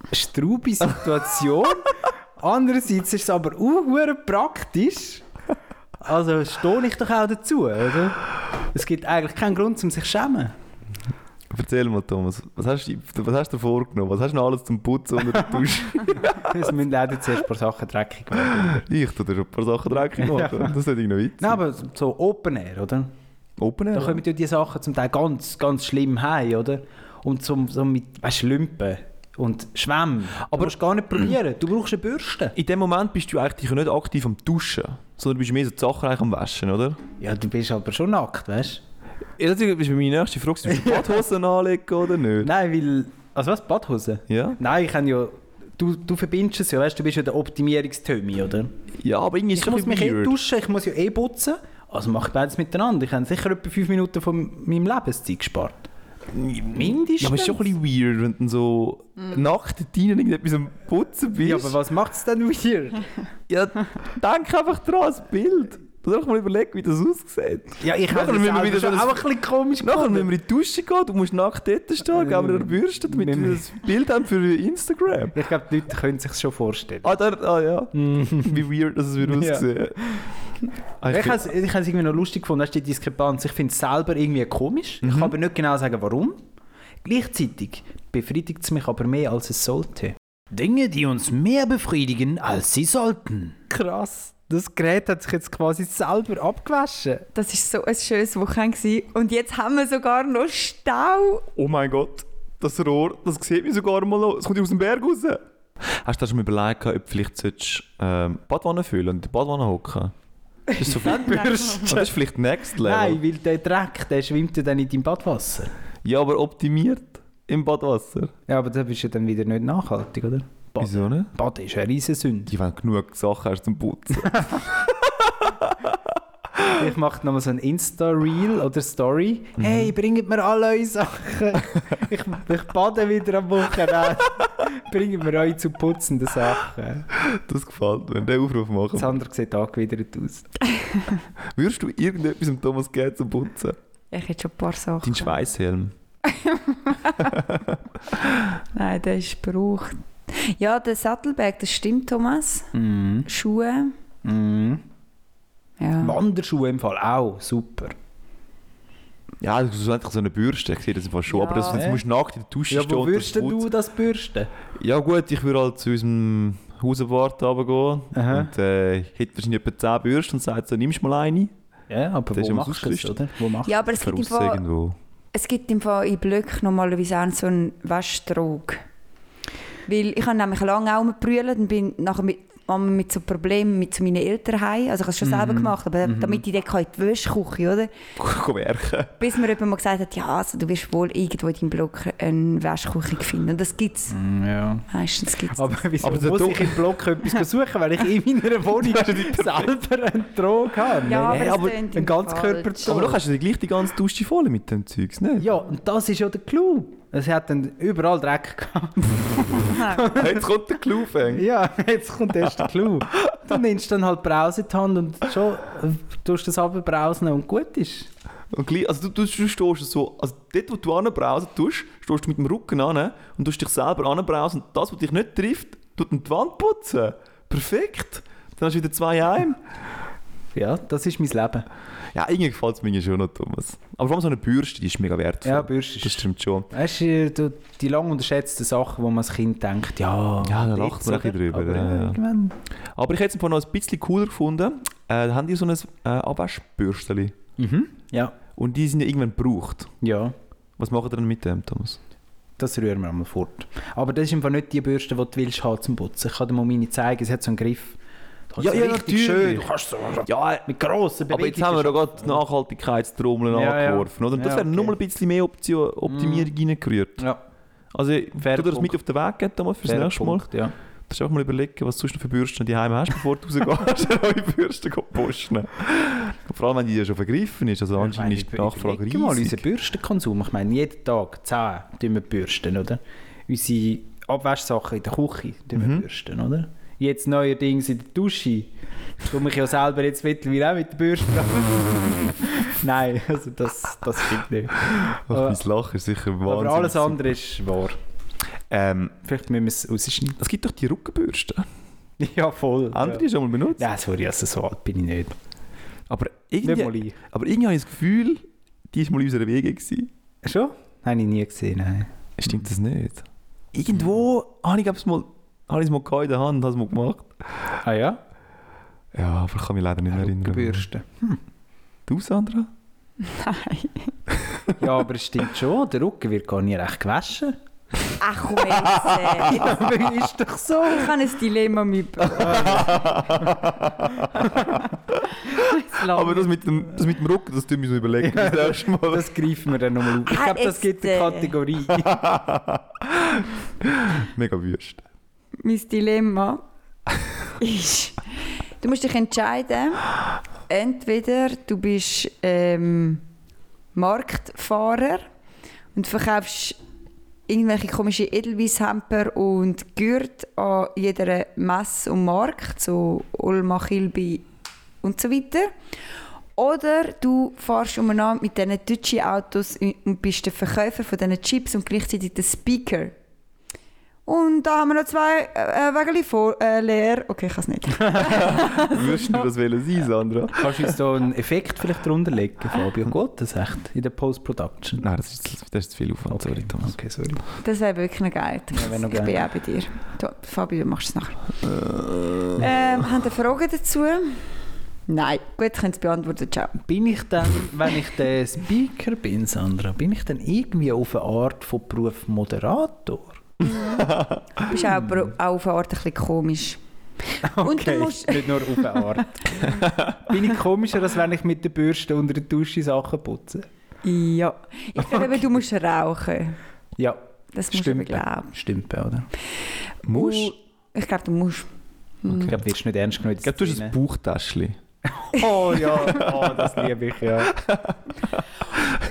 eine straube Situation. *laughs* Andererseits ist es aber auch hure praktisch. Also stehe ich doch auch dazu, oder? Es gibt eigentlich keinen Grund, um sich zu schämen. *laughs* erzähl mal, Thomas. Was hast, du, was hast du dir vorgenommen? Was hast du noch alles zum Putzen unter der *laughs* Dusche? Es müssen auch jetzt erst ein paar Sachen dreckig werden. ich tu dir schon ein paar Sachen dreckig machen. Das ist nicht noch weit. Nein, aber so Open Air, oder? Open Da Air? kommen ja die Sachen zum Teil ganz, ganz schlimm heim, oder? Und zum, so mit, weißt du, Lümpen und Schwämmen. Aber du musst gar nicht probieren, du brauchst eine Bürste. In dem Moment bist du eigentlich nicht aktiv am Duschen, sondern bist mehr so die Sachen eigentlich am Waschen, oder? Ja, du bist aber schon nackt, weißt du? Ja, das ist meine nächste Frage. Sollst du *laughs* Badhosen anlegen oder nicht? Nein, weil... Also was, Badhose? Ja. Nein, ich kann ja... Du, du verbindest es ja, weißt du, du bist ja der Optimierungstömi, oder? ja, aber irgendwie ist Ich es schon muss ein mich eh bisschen weird. duschen, ich muss ja eh putzen. Also mache ich beides miteinander. Ich habe sicher etwa 5 Minuten von meinem Lebenszeit gespart. Mindestens. Ja, aber es ist schon ein bisschen weird, wenn du dann so nackt in deinen irgendetwas am Putzen bist. Ja, aber was macht es denn wieder? Ja, denk einfach dran ans Bild. Du sollst mal überlegen, wie das aussieht. Ja, ich Nachher habe das müssen wir selber wieder so schon das- auch ein bisschen komisch Nachher, wenn gefunden. wir in die Dusche gehen, du musst nackt dort stehen, geben wir eine Bürste, damit Müssen Äh, wir wir- das Bild haben für Instagram. Ich glaube, die Leute können sich schon vorstellen. Ah, da, ah ja. Wie weird, dass es wieder Ja. aussieht. Ah, ich bin- habe es irgendwie noch lustig gefunden, weißt du, die Diskrepanz. Ich finde es selber irgendwie komisch. Ich kann aber nicht genau sagen, warum. Gleichzeitig befriedigt es mich aber mehr, als es sollte. Dinge, die uns mehr befriedigen, als sie sollten. Krass. Das Gerät hat sich jetzt quasi selber abgewaschen. Das war so ein schönes Wochenende. gewesen. Und jetzt haben wir sogar noch Stau. oh mein Gott, das Rohr, das sieht mich sogar mal noch. Es kommt aus dem Berg raus. Hast du dir schon mal überlegt, ob du vielleicht solltest, ähm, Badwanne füllen und in die Badwanne hocken? Das *laughs* ist so viel Bürste. Das ist vielleicht Next Level. Nein, weil der Dreck, der schwimmt ja dann in deinem Badwasser. Ja, aber optimiert im Badwasser. Ja, aber da bist du dann wieder nicht nachhaltig, oder? Baden, Wieso nicht? Baden ist eine Riesensünde. Die wollen genug Sachen hast zum Putzen. *laughs* Ich mache nochmal so ein Insta-Reel oder Story. *laughs* Hey, bringt mir alle eure Sachen. Ich, ich bade wieder am Wochenende. *laughs* Bringen wir euch zu putzenden Sachen. Das gefällt mir. Den Aufruf machen. Das andere sieht angewidert aus. Würdest du irgendetwas dem Thomas geben zum Putzen? Ich hätte schon ein paar Sachen. Dein Schweißhelm. Nein, der ist gebraucht. Ja, der Sattelbag, das stimmt, Thomas. Mhm. Schuhe. Mhm. Ja. Wanderschuhe im Fall auch, super. Ja, das ist eigentlich so eine Bürste. Ich sehe das im Fall schon. Ja. Aber dass du jetzt Hä? musst nackt in der Dusche Ja, stehen wo und das würdest denn du putzen. das bürsten? Ja gut, ich würde halt zu unserem Hauswart runtergehen. Aha. Und äh, hätte wahrscheinlich etwa 10 Bürsten und sagt so, nimmst du mal eine? Ja, aber Das ist wo immer machst du es, sonst oder? Wo machst ja, aber es gibt, im Voraus Fall, irgendwo. es gibt im Fall in Blöcken normalerweise auch so einen Waschtrog. Weil ich habe nämlich lange auch gebrüllt und bin nachher mit, manchmal mit so Problemen mit zu meinen Eltern heim. Also ich habe Mhm. es schon selber gemacht, aber damit ich dann kann in die Wäschküche, oder? *laughs* Komm werken. Bis mir jemand mal gesagt hat, ja, also du wirst wohl irgendwo in deinem Block eine Waschküche finden. Und das gibt es. du? Mhm, Ja. Meistens gibt es Aber wieso Aber der muss Dom- ich im Block *laughs* etwas suchen, weil ich in meiner *laughs* Wohnung selber einen Drog habe? Ja, aber Nein, es tönt ein im ganzkörper falsch. Aber du kannst ja gleich die ganze Dusche voll mit dem Zeugs, ne? Ja, und das ist ja der Clou. Es hat dann überall Dreck gehabt. *laughs* Jetzt kommt der Clou-Fang. Ja, *laughs* jetzt kommt erst *laughs* der Clou. Du nimmst dann halt Brause in die Hand und schon äh, tust das runterbrausen und gut ist. Und gleich, also du, du, du stehst so, also dort, wo du anbrausen tust, stehst du mit dem Rücken an und tust dich selber anbrausen. Und das, was dich nicht trifft, tut dann die Wand putzen. Perfekt. Dann hast du wieder zwei heim. Ja, das ist mein Leben. Ja, irgendwie gefällt es mir schon noch, Thomas. Aber vor allem so eine Bürste, die ist mega wertvoll. Ja, Bürste ist- Das stimmt schon. Weißt du, du, die lang unterschätzten Sachen, wo man als Kind denkt, ja, Ja, da lacht jetzt, man ein bisschen oder? drüber, Aber, ja, äh, ja. irgendwann- Aber ich hätte es im Fall noch ein bisschen cooler gefunden. Äh, da haben die so ein äh, Abwaschbürstchen. ja. Und die sind ja irgendwann gebraucht. ja, Was machen ihr denn mit dem, Thomas? das rühren wir einmal fort. Aber das ist einfach nicht die Bürste, die du willst haben zum Putzen. Ich kann dir mal meine zeigen, es hat so einen Griff. Da Ja, ist so ja, richtig natürlich. schön. Du kannst so Ja, mit grossen aber jetzt haben wir da gerade die Nachhaltigkeitstrommel Ja, ja. angeworfen. Oder? Und das Ja, wäre okay. Mm. nur mal ein bisschen mehr Option, Optimierung reingerührt. Ja, Also, ich tu Fairer dir das Punkt. mit auf den Weg geben, Thomas, fürs fairer nächste Mal. Punkt, ja. Du musst einfach mal überlegen, was du sonst noch für Bürsten daheim hast, bevor *laughs* du rausgehst und neue Bürsten posten. Und Vor allem, wenn die ja schon vergriffen ist. Also, anscheinend ist die Nachfrage riesig. mal unseren riesig. Bürstenkonsum. Ich meine, jeden Tag 10 tun wir bürsten, oder? Unsere Abwaschsachen in der Küche tun Mhm. wir bürsten, oder? Jetzt neuerdings in der Dusche. Tu mich ja selber jetzt mittlerweile auch mit der Bürste *laughs* an. Nein, also das, das stimmt nicht. Ach, Oh, mein Lachen ist sicher wahnsinnig. Aber alles andere ist wahr. Ähm, Vielleicht müssen wir es rausschneiden. *laughs* es gibt doch die Rückenbürsten. Ja, voll. Ja. Andere die schon mal benutzt. Nein, sorry, also so alt bin ich nicht. Aber Nicht mal irgendwie, ich. aber irgendwie habe ich das Gefühl, die war mal in unserer Wege. Gewesen. Schon? Habe ich nie gesehen, nein. Stimmt das nicht? Irgendwo habe ich glaub, es mal, habe ich es mal gehabt in der Hand und habe es mal gemacht. Ah ja? Ja, aber ich kann mich leider nicht mehr erinnern. Bürste. Du, Sandra? Nein. Ja, aber es stimmt schon, der Rücken wird gar nicht recht gewaschen. *laughs* *laughs* Ach komm, jetzt, *laughs* äh. Aber ist doch so. Ich habe ein Dilemma *laughs* mitgebracht. Aber das mit dem, das mit dem Rücken, das tun wir uns überlegen. Das erste Mal. Das greifen wir dann nochmal auf. Ich Ah, glaube, das jetzt, gibt eine äh. *laughs* Kategorie. Mega wüst. mein Dilemma ist, du musst dich entscheiden, entweder du bist ähm, Marktfahrer und verkaufst irgendwelche komischen Edelweisshemper und Gürtel an jeder Messe und Markt, so Olma, Kilby und so weiter. Oder du fährst umeinander mit diesen deutschen Autos und bist der Verkäufer von diesen Chips und gleichzeitig der Speaker. Und da haben wir noch zwei äh, äh, Wägeli vor, äh, leer. Okay, ich kann es *laughs* nicht. Würdest du *laughs* das wollen sein, Sandra? Kannst du uns so einen Effekt vielleicht drunter legen, Fabio? Geht das echt? In der Post-Production? Nein, das ist, zu- das ist zu viel Aufwand. Oh, Sorry, Thomas. Okay, sorry. Das wäre wirklich noch geil. wär noch ich bin geil. auch bei dir. Du, Fabio, du machst es nachher. Äh. Ähm, haben ihr Fragen dazu? Nein. Gut, könnt ihr beantworten. Ciao. Bin ich dann, wenn ich der Speaker bin, Sandra, bin ich dann irgendwie auf eine Art von Beruf Moderator? Du bist Mm. auch, pro- auch auf eine Art ein *laughs* bisschen komisch. Und du musst... nicht nur auf eine Art. bin ich komischer, als wenn ich mit der Bürste unter der Dusche Sachen putze? Ja. Ich glaube, eben, du musst rauchen. Ja, Das musst du aber stimmt. glauben. Stimmt, oder? Musst? Und Ich glaube, du musst. Ich glaube, wirst du nicht ernst genommen. in Ich der glaube, du hast Szene. ein Bauchtäschchen. Oh ja, oh, das liebe ich, ja.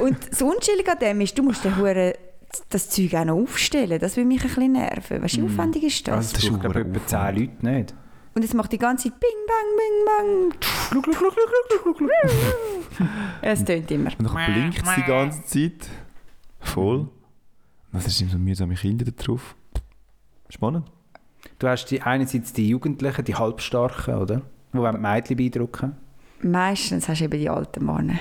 Und das Unschuldige an dem ist, du musst den Huren das Zeug auch noch aufstellen. Das würde mich ein bisschen nerven. Weißt du, wie aufwendig ist das? Also, das ist braucht glaube ich etwa verdammt 10 Leute nicht. Und es macht die ganze Zeit Bing, Bang, Bing, Bang. Gluck, gluck, gluck, gluck, gluck, gluck. *laughs* Es tönt immer. Und dann blinkt es die ganze Zeit. Voll. Das ist immer so mühsame Kinder da drauf. Spannend. Du hast die, einerseits die Jugendlichen, die Halbstarken, oder? Die wollen die Mädchen beeindrucken. Meistens hast du eben die alten Männer.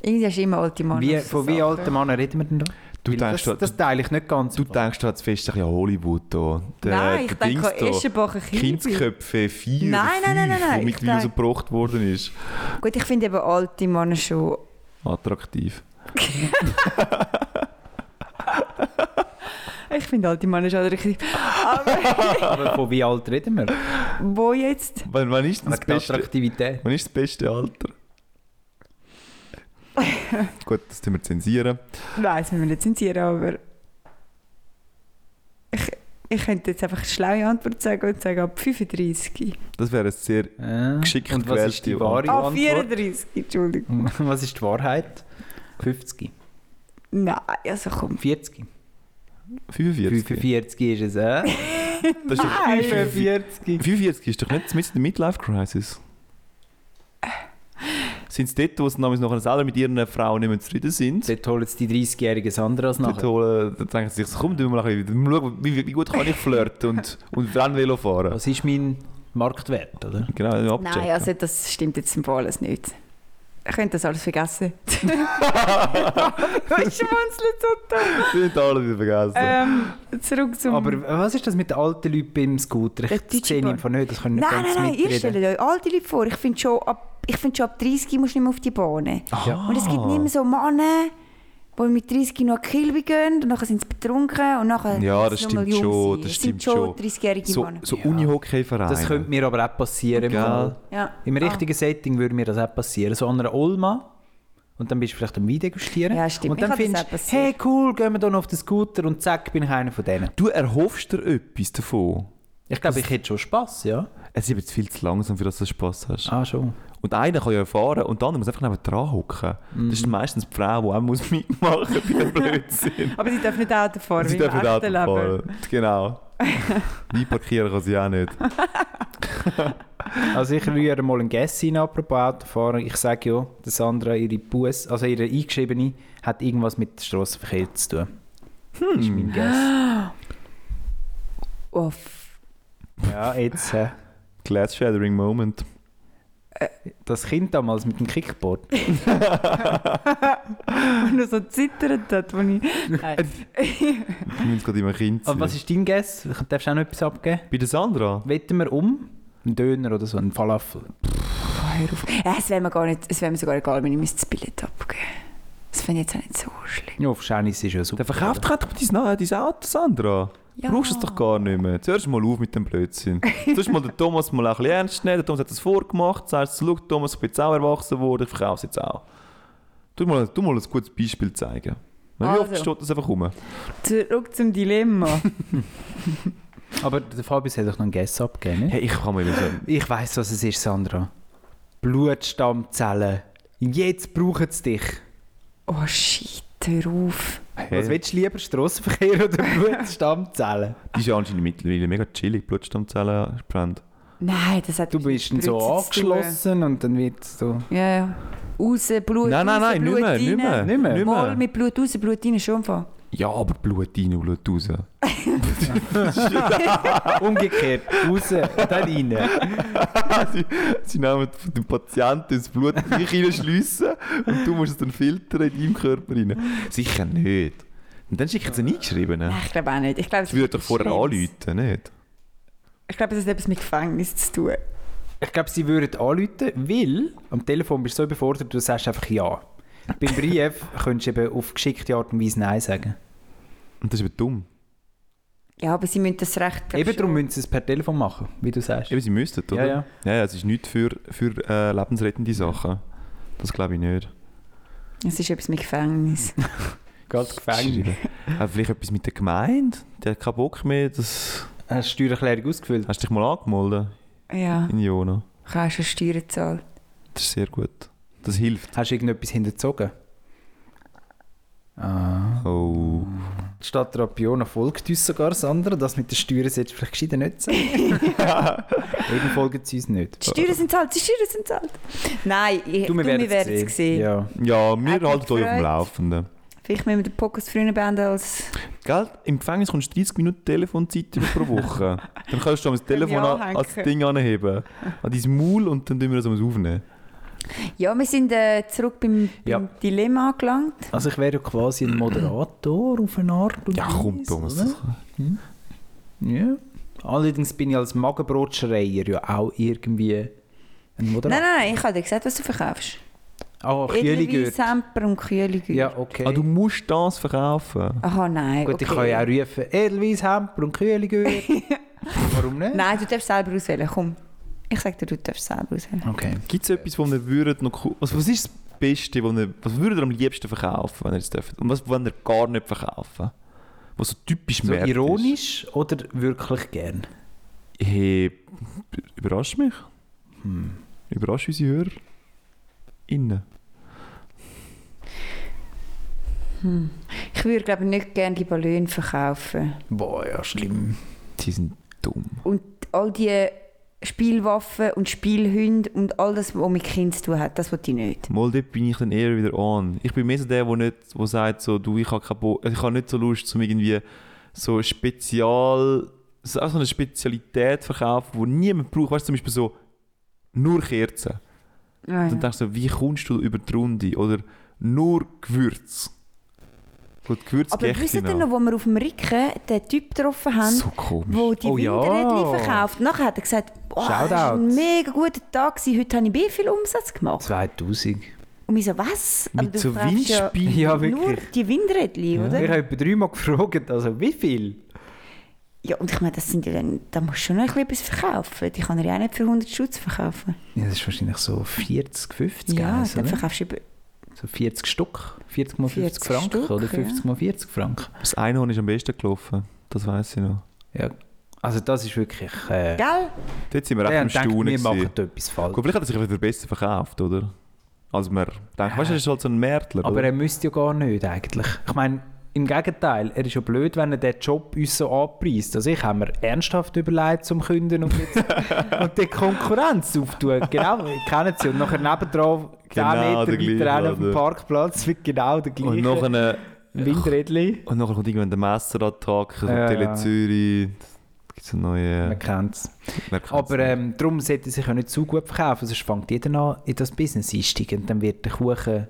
Irgendwie hast du immer alte Männer. Wie, auf Oh, so von wie Sachen. alten Männern reden wir denn da? Du Weil denkst, das, das das, teile ich nicht ganz. du denkst, du hast fest ein bisschen Hollywood hier. Nein, ich denke an Eschenbacher Kindheit. Kindsköpfe 4 Nein, nein, nein, nein, nein, wo ich mittlerweile so denk- gebracht worden ist. Gut, ich finde eben alte Männer schon... Attraktiv. Ich finde alte Männer schon attraktiv. *laughs* Aber aber *laughs* von wie alt reden wir? Wegen wo jetzt? Wann, wann, ist denn das der beste, Attraktivität. wann ist das beste *laughs* Alter? Gut, das tun wir zensieren. Nein, das müssen wir nicht zensieren, aber... Ich, ich könnte jetzt einfach eine schlaue Antwort sagen und sagen ab 35. Das wäre ein sehr Äh, Geschickt Und was ist die gewählte wahre Ab Antwort? 34, Entschuldigung. *laughs* Was ist die Wahrheit? 50. Nein, also komm. 40. 45. 45 ist es, äh? Das ist doch, Nein. 45. 45 ist doch nicht mit der Midlife-Crisis. Sind es dort, wo sie damals nachher selber mit ihren Frauen nicht mehr zufrieden sind? Dort holen jetzt die 30-jährigen Sandras Dort nachher. holen, dann denken sie sich, komm, tun wir mal ein bisschen, mal schauen, wie, wie gut kann ich flirten und, und Rennvelo fahren. Was ist mein Marktwert, oder? Genau, dann abchecken. Nein, also das stimmt jetzt im Fall alles nicht. Ich könnte das alles *laughs* vergessen. ich schmunzle so dumm. Sie sind alle wieder vergessen. Ähm, zurück zum... Aber was ist das mit den alten Leuten beim Scooter? Der Ich das deutsche sehe ich Bahn. einfach nicht, das können nicht nein, ganz nein, nein, ihr mitreden. stellt euch alte Leute vor. Ich finde schon, ab- ich finde schon ab 30 musst du nicht mehr auf die Bahn. Ah. Und es gibt nicht mehr so Männer, die mit 30 noch in die Kilbe gehen und nachher sind sie betrunken und nachher Ja, sind das sie Äh, noch mal stimmt jung schon, gewesen. das Es stimmt sind schon. schon 30-jährige so Männer. so Unihockey-Vereine. Das könnte mir aber auch passieren. im Gell. Fall. Ja. Ah. Im richtigen Setting würde mir das auch passieren. So an einer Olma. Und dann bist du vielleicht am Wein degustieren. Ja, stimmt. Und Mir dann kann das auch findest du, passieren. hey cool, gehen wir hier noch auf den Scooter und zack, bin ich einer von denen. Du erhoffst dir etwas davon. Ich glaube, ich hätte schon Spass, ja. Es ist aber jetzt viel zu langsam, für dass du Spass hast. Ah, schon. Und einer kann ja erfahren und der andere muss einfach neben dran hocken. Mhm. Das ist meistens die Frau, die auch muss *laughs* mitmachen muss bei *laughs* dem Blödsinn. Aber sie dürfen nicht Auto fahren, Sie wie im dürfen Auto echten Leben. fahren. Genau. *laughs* Wie parkieren kann sie auch nicht. Also ich rühre mal einen Gas rein, apropos Autofahren. Ich sage ja, dass Sandra ihre Bus, also ihre eingeschriebene, hat irgendwas mit Straßenverkehr zu tun. Das ist mein Guess. Oh, f- Ja, jetzt. Äh, Glass Shattering Moment. das Kind damals mit dem Kickboard. *laughs* wenn er Oh, so zittert hat, wo ich... *laughs* Nein. Wir müssen gerade immer Kind Aber was sein. ist dein Guess? Darfst du auch noch etwas abgeben? Bei der Sandra? Wetten wir um? Einen Döner oder so, einen Falafel. Hör auf. Äh, es wäre mir, gar nicht- es wär mir sogar egal, wenn ich mein Billett abgebe. Das finde ich jetzt auch nicht so schlimm. Ja, auf Schanis ist ja super. Der verkauft gerade doch dein, dein Auto, Sandra. Ja. Brauchst du es doch gar nicht mehr. Zuerst mal auf mit dem Blödsinn. Zuerst mal den Thomas mal auch ein bisschen ernst nehmen. Der Thomas hat das vorgemacht. Sagst du, schau, Thomas, ich bin jetzt auch erwachsen worden, ich verkaufe es jetzt auch. Tu mal, tu mal ein gutes Beispiel zeigen. Weil Wie oft Also. steht das einfach rum? Zurück zum Dilemma. Aber der Fabius hat doch noch einen Guess abgegeben, ne? Hey, ich kann mir so. Ich weiss, was es ist, Sandra. Blutstammzellen. Jetzt brauchen sie dich. *laughs* oh, shit, hör auf. Was Hey, willst du lieber, Strassenverkehr *laughs* oder Blutstammzellen? die ist ja anscheinend mittlerweile mega chillig, Blutstammzellen brennt. Nein, das hat Du mit bist dann so Spritzen zu tun. angeschlossen und dann wird so... Ja, ja. Raus, Blut Nein, nein, raus, nein, nicht Blut mehr, rein. nicht mehr. Nicht mehr? Nicht Mal mehr. mit Blut raus, Blut rein, schon von. Ja, aber Blut rein und Blut raus. Ah, Umgekehrt, raus, dann rein. sie, sie nehmen von dem Patienten das Blut in dich hineinschliessen und du musst es dann filtern in deinem Körper rein. Sicher nicht. Und dann schicken sie einen Eingeschriebenen. Nein, ich glaube auch nicht. Ich glaube, es Sie würden doch ist vorher Schlimmes. anrufen, nicht? Ich glaube, das hat etwas mit Gefängnis zu tun. Ich glaube, sie würden anrufen, weil am Telefon bist du so überfordert, du sagst einfach Ja. Beim Brief könntest du eben auf geschickte Art und Weise Nein sagen. Und das ist eben dumm. Ja, aber sie müssen das Recht glaub Eben schon- darum müssen sie es per Telefon machen, wie du sagst. Eben, sie müssten, oder? Ja, ja. Ja, ja, es ist nichts für, für äh, lebensrettende Sachen. Das glaube ich nicht. Es ist etwas mit *laughs* Gefängnis. Gerade Gefängnis. Geschrieben. Äh, vielleicht etwas mit der Gemeinde? Die hat keinen Bock mehr. Das Hast du Steuererklärung ausgefüllt? hast du dich mal angemeldet ja, in Jona. ich habe auch schon Steuern gezahlt. Das ist sehr gut. Das hilft. Hast du irgendetwas hinterzogen? Ah. Oh. Stadt Rapiona folgt uns sogar, Sandra. Das mit den Steuern solltest du vielleicht gescheiter nicht *laughs* sagen. Eben folgen sie uns nicht. Äh, Die Steuern sind zahlt, die Steuern sind zahlt. Nein, ich, Du, wir werden es sehen. Ja. Ja, wir Hat mich halten euch auf gefreut. dem Laufenden. Vielleicht müssen wir den Podcast früher beenden als Gell? Im Gefängnis kommst du 30 Minuten Telefonzeit über pro *laughs* Woche. dann kannst du am Telefon Können wir an, als anhängen. Ding anheben. An dein Maul und dann tun wir das am aufnehmen. Ja, wir sind äh, zurück beim, Ja. beim Dilemma angelangt. Also ich wäre ja quasi ein Moderator auf eine Art und Ja, komm, Weise, Thomas. Ah, oder? das- Ja. Allerdings bin ich als Magenbrotschreier ja auch irgendwie ein Moderator. Nein, nein, nein, ich habe dir gesagt, was du verkaufst. Ah, Edelweiss, Kühligürt. Semper und Kühligür. Ja, okay. Ah, du musst das verkaufen. Aha, nein. Gut, okay. ich kann ja auch rufen, Edelweiss, Hemper und *laughs* Kühligürt. Warum nicht? Nein, du darfst selber auswählen, komm. Ich sage dir, du darfst selber auswählen. Okay. Gibt es etwas, wo ihr würdet noch... ku- Was, was ist das Beste, wo ihr, was würdet ihr am liebsten verkaufen, wenn ihr es dürft? Und was wollt ihr gar nicht verkaufen? Was so typisch So Markt ist. ironisch oder wirklich gern? Hey, überrascht mich. Überrascht unsere Hörer. Innen. Ich würde, glaube ich, nicht gerne die Ballone verkaufen. Boah, ja, schlimm. Sie sind dumm. All die Spielwaffen und Spielhunde und all das, was mit Kindern zu tun hat, das will ich nicht. Mal dort bin ich dann eher wieder an. Ich bin mehr so der, der nicht, wo sagt, so, du, ich habe keine Bo ich habe nicht so Lust, um irgendwie so spezial, so einfach so eine Spezialität zu verkaufen, die niemand braucht. Weißt du, zum Beispiel so, nur Kerzen. Ah, ja. Dann denkst du, so, wie kommst du über die Runde? Oder nur Gewürz. Gut, Gewürz Aber wisst ihr noch, wo wir auf dem Ricken den Typ getroffen haben? So komisch. wo die Oh oh, ja. verkauft. Nachher hat er gesagt, boah, das war Shoutouts. ein mega guter Tag, gewesen. heute habe ich wie viel Umsatz gemacht. 2000. Und ich so, was? Mit so verkaufst ja Windspielen. Ja, nur wirklich. die Windrädchen, Ich oder? habe etwa dreimal gefragt, also wie viel? Ja, und ich meine, das sind ja dann, da musst du schon noch ein bisschen etwas verkaufen. Die kann er ja auch nicht für 100 Schutz verkaufen. Ja, das ist wahrscheinlich so 40, 50 ja, geheißen, dann oder? verkaufst du über... So 40 Stück, 40 mal 50 40 Franken Stück, oder ja. 50 mal 40 Franken. Das Einhorn ist am besten gelaufen. Das weiß ich noch. Ja. Also das ist wirklich... Äh, Gell? Dort sind wir der echt im denkt, wir Staunen. gewesen. machen da etwas falsch. Gut, vielleicht hat er sich wieder besser verkauft, oder? Als man denkt, weißt du, er ist halt so ein Märtler. Aber oder? er müsste ja gar nicht eigentlich. Ich meine, im Gegenteil, er ist ja blöd, wenn er den Job uns so anpreist. Also ich habe mir ernsthaft überlegt zum Künden und, *laughs* jetzt, und die Konkurrenz aufzutun. Genau, wir kennen sie. Und nachher nebendran, 10 Genau der Meter weiter hin gleiche, auf dem oder? Parkplatz, wird genau der gleiche und nachher, äh, Windrädli. und nachher kommt irgendwann der Messerattacke, so Ja, ja. Tele Zürich, da gibt es einen Man neuen... kennt es. wer kennt's Aber nicht? ähm, darum sollte er sich ja nicht zu gut verkaufen, sonst fängt jeder an, in das Business einsteigen. Und dann wird der Kuchen,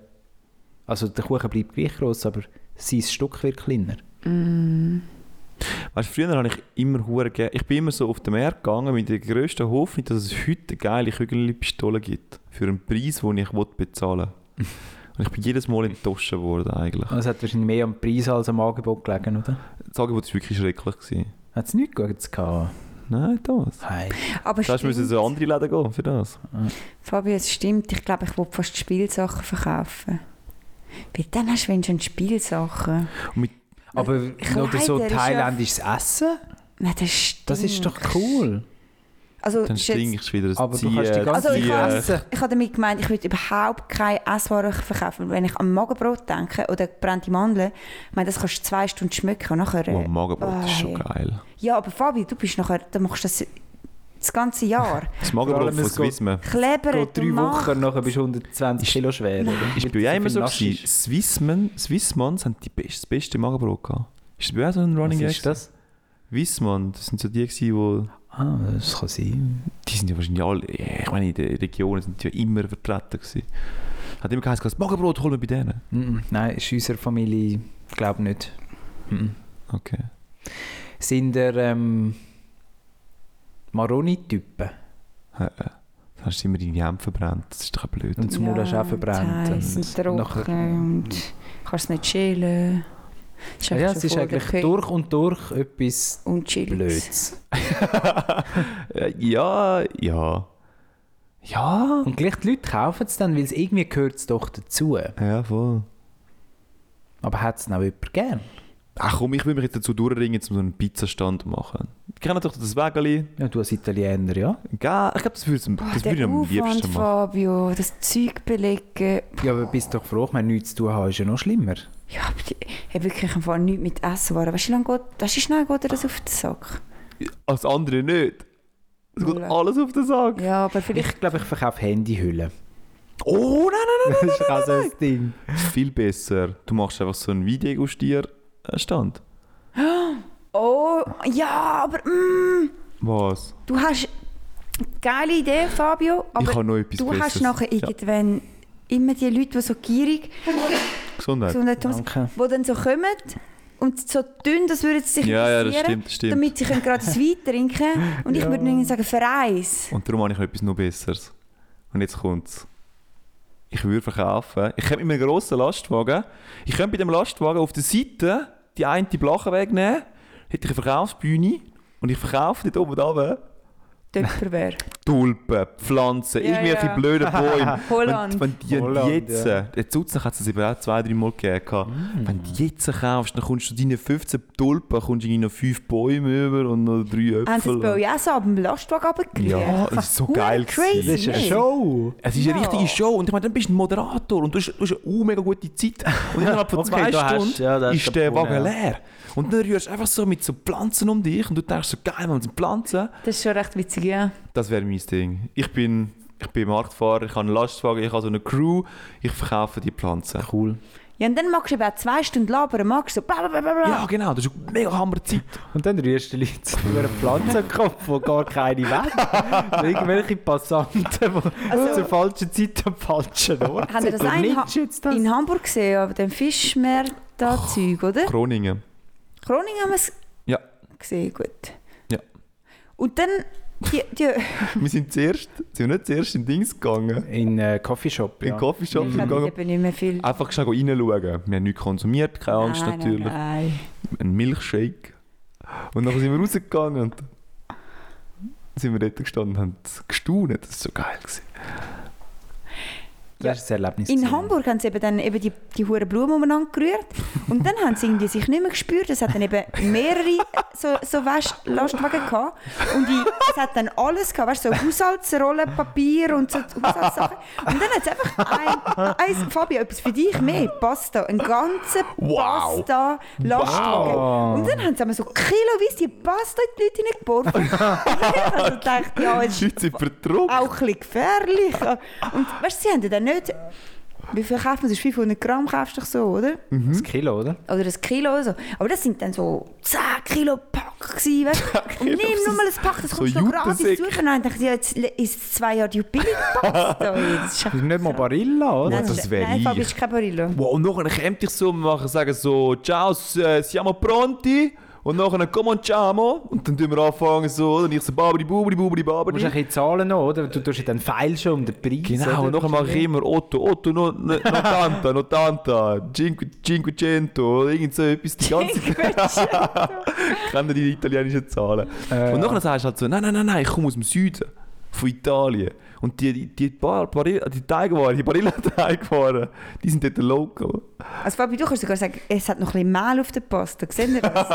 also der Kuchen bleibt gleich groß, aber sein Stück wird kleiner. Weißt, du, früher habe ich immer hure ge- Ich bin immer so auf den Markt gegangen mit der grössten Hoffnung, dass es heute eine geile Kügelpistole gibt. Für einen Preis, den ich will bezahlen Und ich bin jedes Mal enttäuscht worden eigentlich. Es hat wahrscheinlich mehr am Preis als am Angebot gelegen, oder? Das Angebot war wirklich schrecklich. Gewesen. Hat es nichts Gutes gehabt? Nein, Thomas. Hey. Aber Da müssen stimmt, so andere Läden gehen für das. Fabio, es stimmt. Ich glaube, ich will fast Spielsachen verkaufen. Weil dann hast du wenigstens Spielsachen. Aber oder so Kleider ist ja- thailändisches Essen? Nein, das stimmt. Das ist doch cool. Also, Dann ist jetzt- stinkst du wieder ein Aber du kannst die ganze Also ich Zieh- kann- essen. Ich habe damit gemeint, ich würde überhaupt keine Esswaren verkaufen. Wenn ich an Magenbrot denke oder gebrannte Mandeln, ich meine, das kannst du zwei Stunden schmecken und nachher... Oh, äh, Magenbrot ist schon Ei. geil. Ja, aber Fabi, du bist nachher, dann machst du das das ganze Jahr. Das Vor Magenbrot allem, von *laughs* es geht- Swissme. Klebern, Geht drei Wochen, nachher bist du 120 Kilo schwer. oder? Ich Mit bin ja so immer viel so, Nasch gewesen, ist. Swissmen, Swissmans haben die best, das beste Magenbrot gehabt. Ist das bei euch auch so ein Was Running Gag? ist das? Swissman, das sind so die gewesen, Ah, das kann sein. die, die sind ja wahrscheinlich alle, ja, ich meine, in den Regionen sind die ja immer vertreten gewesen. Hat immer geheißen, das Magenbrot holen wir bei denen. Mm-mm, Nein, ist unserer Familie, glaube nicht. Mm-mm. Okay. Sind er ähm, Maroni-Typen? Äh, äh. Dann hast du immer deine Hände verbrannt, das ist doch blöd. Und zum Mund hast du auch verbrannt. Heiß und und nachher- trocken und kannst es nicht chillen. Das Ja, einfach ja, schon es ist voll eigentlich der Kö- durch und durch etwas Und chillig. Blödes. Äh, ja, ja. Ja. Und gleich die Leute kaufen es dann, weil es irgendwie gehört es doch dazu. Ja, voll. Aber hat es noch jemand gern? Ach komm, ich will mich jetzt dazu durchringen, um so einen Pizzastand zu machen. Ich kenne doch das Wägeli. Ja, du als Italiener, ja. Gell, ich glaube, das würde ich, Boah, das würde ich Oh, der am Aufwand, liebsten machen. Fabio, das Zeug belegen. Ja, aber bist doch froh, ich meine, nichts zu tun haben ist ja noch schlimmer. Ja, aber die, habe wirklich einfach nichts mit Essen waren. Weißt du, wie lange geht, weißt du, wie schnell geht dir das auf den Sack? Als andere nicht. Es geht Null. alles auf den Sack. Ja, aber vielleicht. Ich glaube, ich verkaufe Handyhüllen. Oh, nein, nein, Das nein, ist nein, auch so ein Ding. nein. Viel besser. Du machst einfach so einen Videogustier-Stand. *laughs* Oh, ja, aber mm, Was? du hast geile Idee, Fabio. Aber ich habe noch etwas du Besseres. hast nachher ja. irgendwann immer die Leute, die so gierig Gesundheit. sind, die Danke. dann so kommen und so dünn, das würde sie sich Ja, ja, das interessieren, stimmt, das stimmt. damit sie können gratis Wein trinken *laughs* Und ich würde ihnen sagen, Vereins. Und darum habe ich noch etwas noch Besseres. Und jetzt kommt's. Ich würde verkaufen. Ich könnte mit einem grossen Lastwagen, ich könnte bei dem Lastwagen auf der Seite die eine Blache wegnehmen, hätte ich eine Verkaufsbühne und ich verkaufe dort oben runter *laughs* Töpferwehr. Tulpen, Pflanzen, Ja, irgendwelche ja. blöden *laughs* Bäume. Holland. Wenn, wenn die Holland, jetzt, ja. der Zutzen hat es eben auch zwei, drei Mal gegeben. Mm. Wenn du jetzt kaufst, dann kommst du deine 15 Tulpen, kommst du irgendwie noch 5 Bäume über und noch 3 Haben sie Ah, das bei Äpfel. euch auch so ab dem Lastwagen runtergerührt? Ja, das ist so Fuck, geil crazy. Das ist eine Nee. Show. Es ist eine Ja. richtige Show und ich meine, dann bist du ein Moderator und du hast, du hast eine uh, mega gute Zeit und innerhalb *laughs* von Okay, zwei du hast- Stunden ja, das ist ist der der Punkt, Wagen ja. leer. Und dann rührst du einfach so mit so Pflanzen um dich und du denkst so, geil, man, sind Pflanzen. Das ist schon recht witzig, ja. Das wäre mein Ding. Ich bin, ich bin Marktfahrer, ich habe einen Lastwagen, ich habe so eine Crew, ich verkaufe die Pflanzen. Cool. Ja, und dann magst du eben auch zwei Stunden labern, magst du so bla bla bla bla. Ja, genau, das ist eine mega hammer Zeit. *laughs* Und dann rührst du die Leute über einen Pflanzenkopf, wo gar keine *laughs* wollen. Irgendwelche Passanten, die zur falschen Zeit am falschen Ort Also Haben ihr das sind. Du auch in, Ha- nimmst jetzt das? in Hamburg gesehen, aber den Fischmarkt da Zeug, oder? Groningen. Groningen haben wir es Oh. Ja. gesehen, gut. Ja. Und dann die, die Wir sind zuerst, sind wir nicht zuerst in Dings gegangen, In äh, Coffeeshop, in ja. den Coffeeshop ich habe gegangen. eben nicht mehr viel. Einfach schnell reinschauen. Wir haben nichts konsumiert, keine Angst Nein, natürlich. Nein, ein Milchshake. Und dann sind wir rausgegangen und sind wir dort gestanden und haben gestaunt. Das war so geil. Gewesen. *laughs* Das ist ein Erlebnis. nein. In gewesen. Hamburg haben sie eben dann eben die, die hohen Blumen umeinander gerührt und dann haben sie irgendwie sich nicht mehr gespürt. Es hat dann eben mehrere so, so Wäsch- Lastwagen gehabt und die, es hat dann alles gehabt, weißt, du, so Haushaltsrollen, Papier und so Haushaltssachen. Und dann hat es einfach ein, ein, Fabio, etwas für dich mehr, Pasta, ein ganzer Wow. Pasta Lastwagen. Wow. Und dann haben sie einmal so kiloweise die Pasta in die Leute hineingeworfen. *laughs* ich also gedacht, ja, jetzt Die Leute sind verdruckt. auch ein bisschen gefährlich. Und weißt, sie haben ja dann nicht. Wie viel kauft man das? 500 Gramm kaufst du doch so, oder? Mhm. Das Kilo, oder? Oder ein Kilo oder so. Aber das sind dann so 10 Kilo Pack *laughs* gewesen, weißt du? Und nimm nur mal ein Pack, das So kommst du noch gratis Jutensäcke. zu. Und dann dachte ich, ja, jetzt ist es zwei Jahre Jubiläumspasta. *laughs* Das ist Das ist nicht mal Barilla, oder? Nein. das wäre Nein, ich. Fabi ist kein Barillo. Wow, und nachher kommt ich so und machen, sagen so, ciao, s- äh, siamo pronti. Und nachher, come on, ciamo. Und dann tun wir anfangen so, oder? und ich so, babri, bubri, bubri, Du musst ein babri. bisschen zahlen noch, oder? Du tust ja dann feilschen um den Preis. Genau, oder? und nachher mache ich immer Otto, Otto, no, no, no tanta, no tanta, cinque- cinquecento, oder irgend so etwas, die ganze *laughs* kennen die italienischen Zahlen. Äh, und ja. nachher sagst du halt so, nein, nein, nein, nein, ich komme aus dem Süden, von Italien. Und die, die, die, Bar, Barilla, die Teigwaren, die Barilla-Teigwaren, die sind dort local. Also Fabi, du kannst sogar sagen, es hat noch ein bisschen Mehl auf der Pasta. Seht ihr das?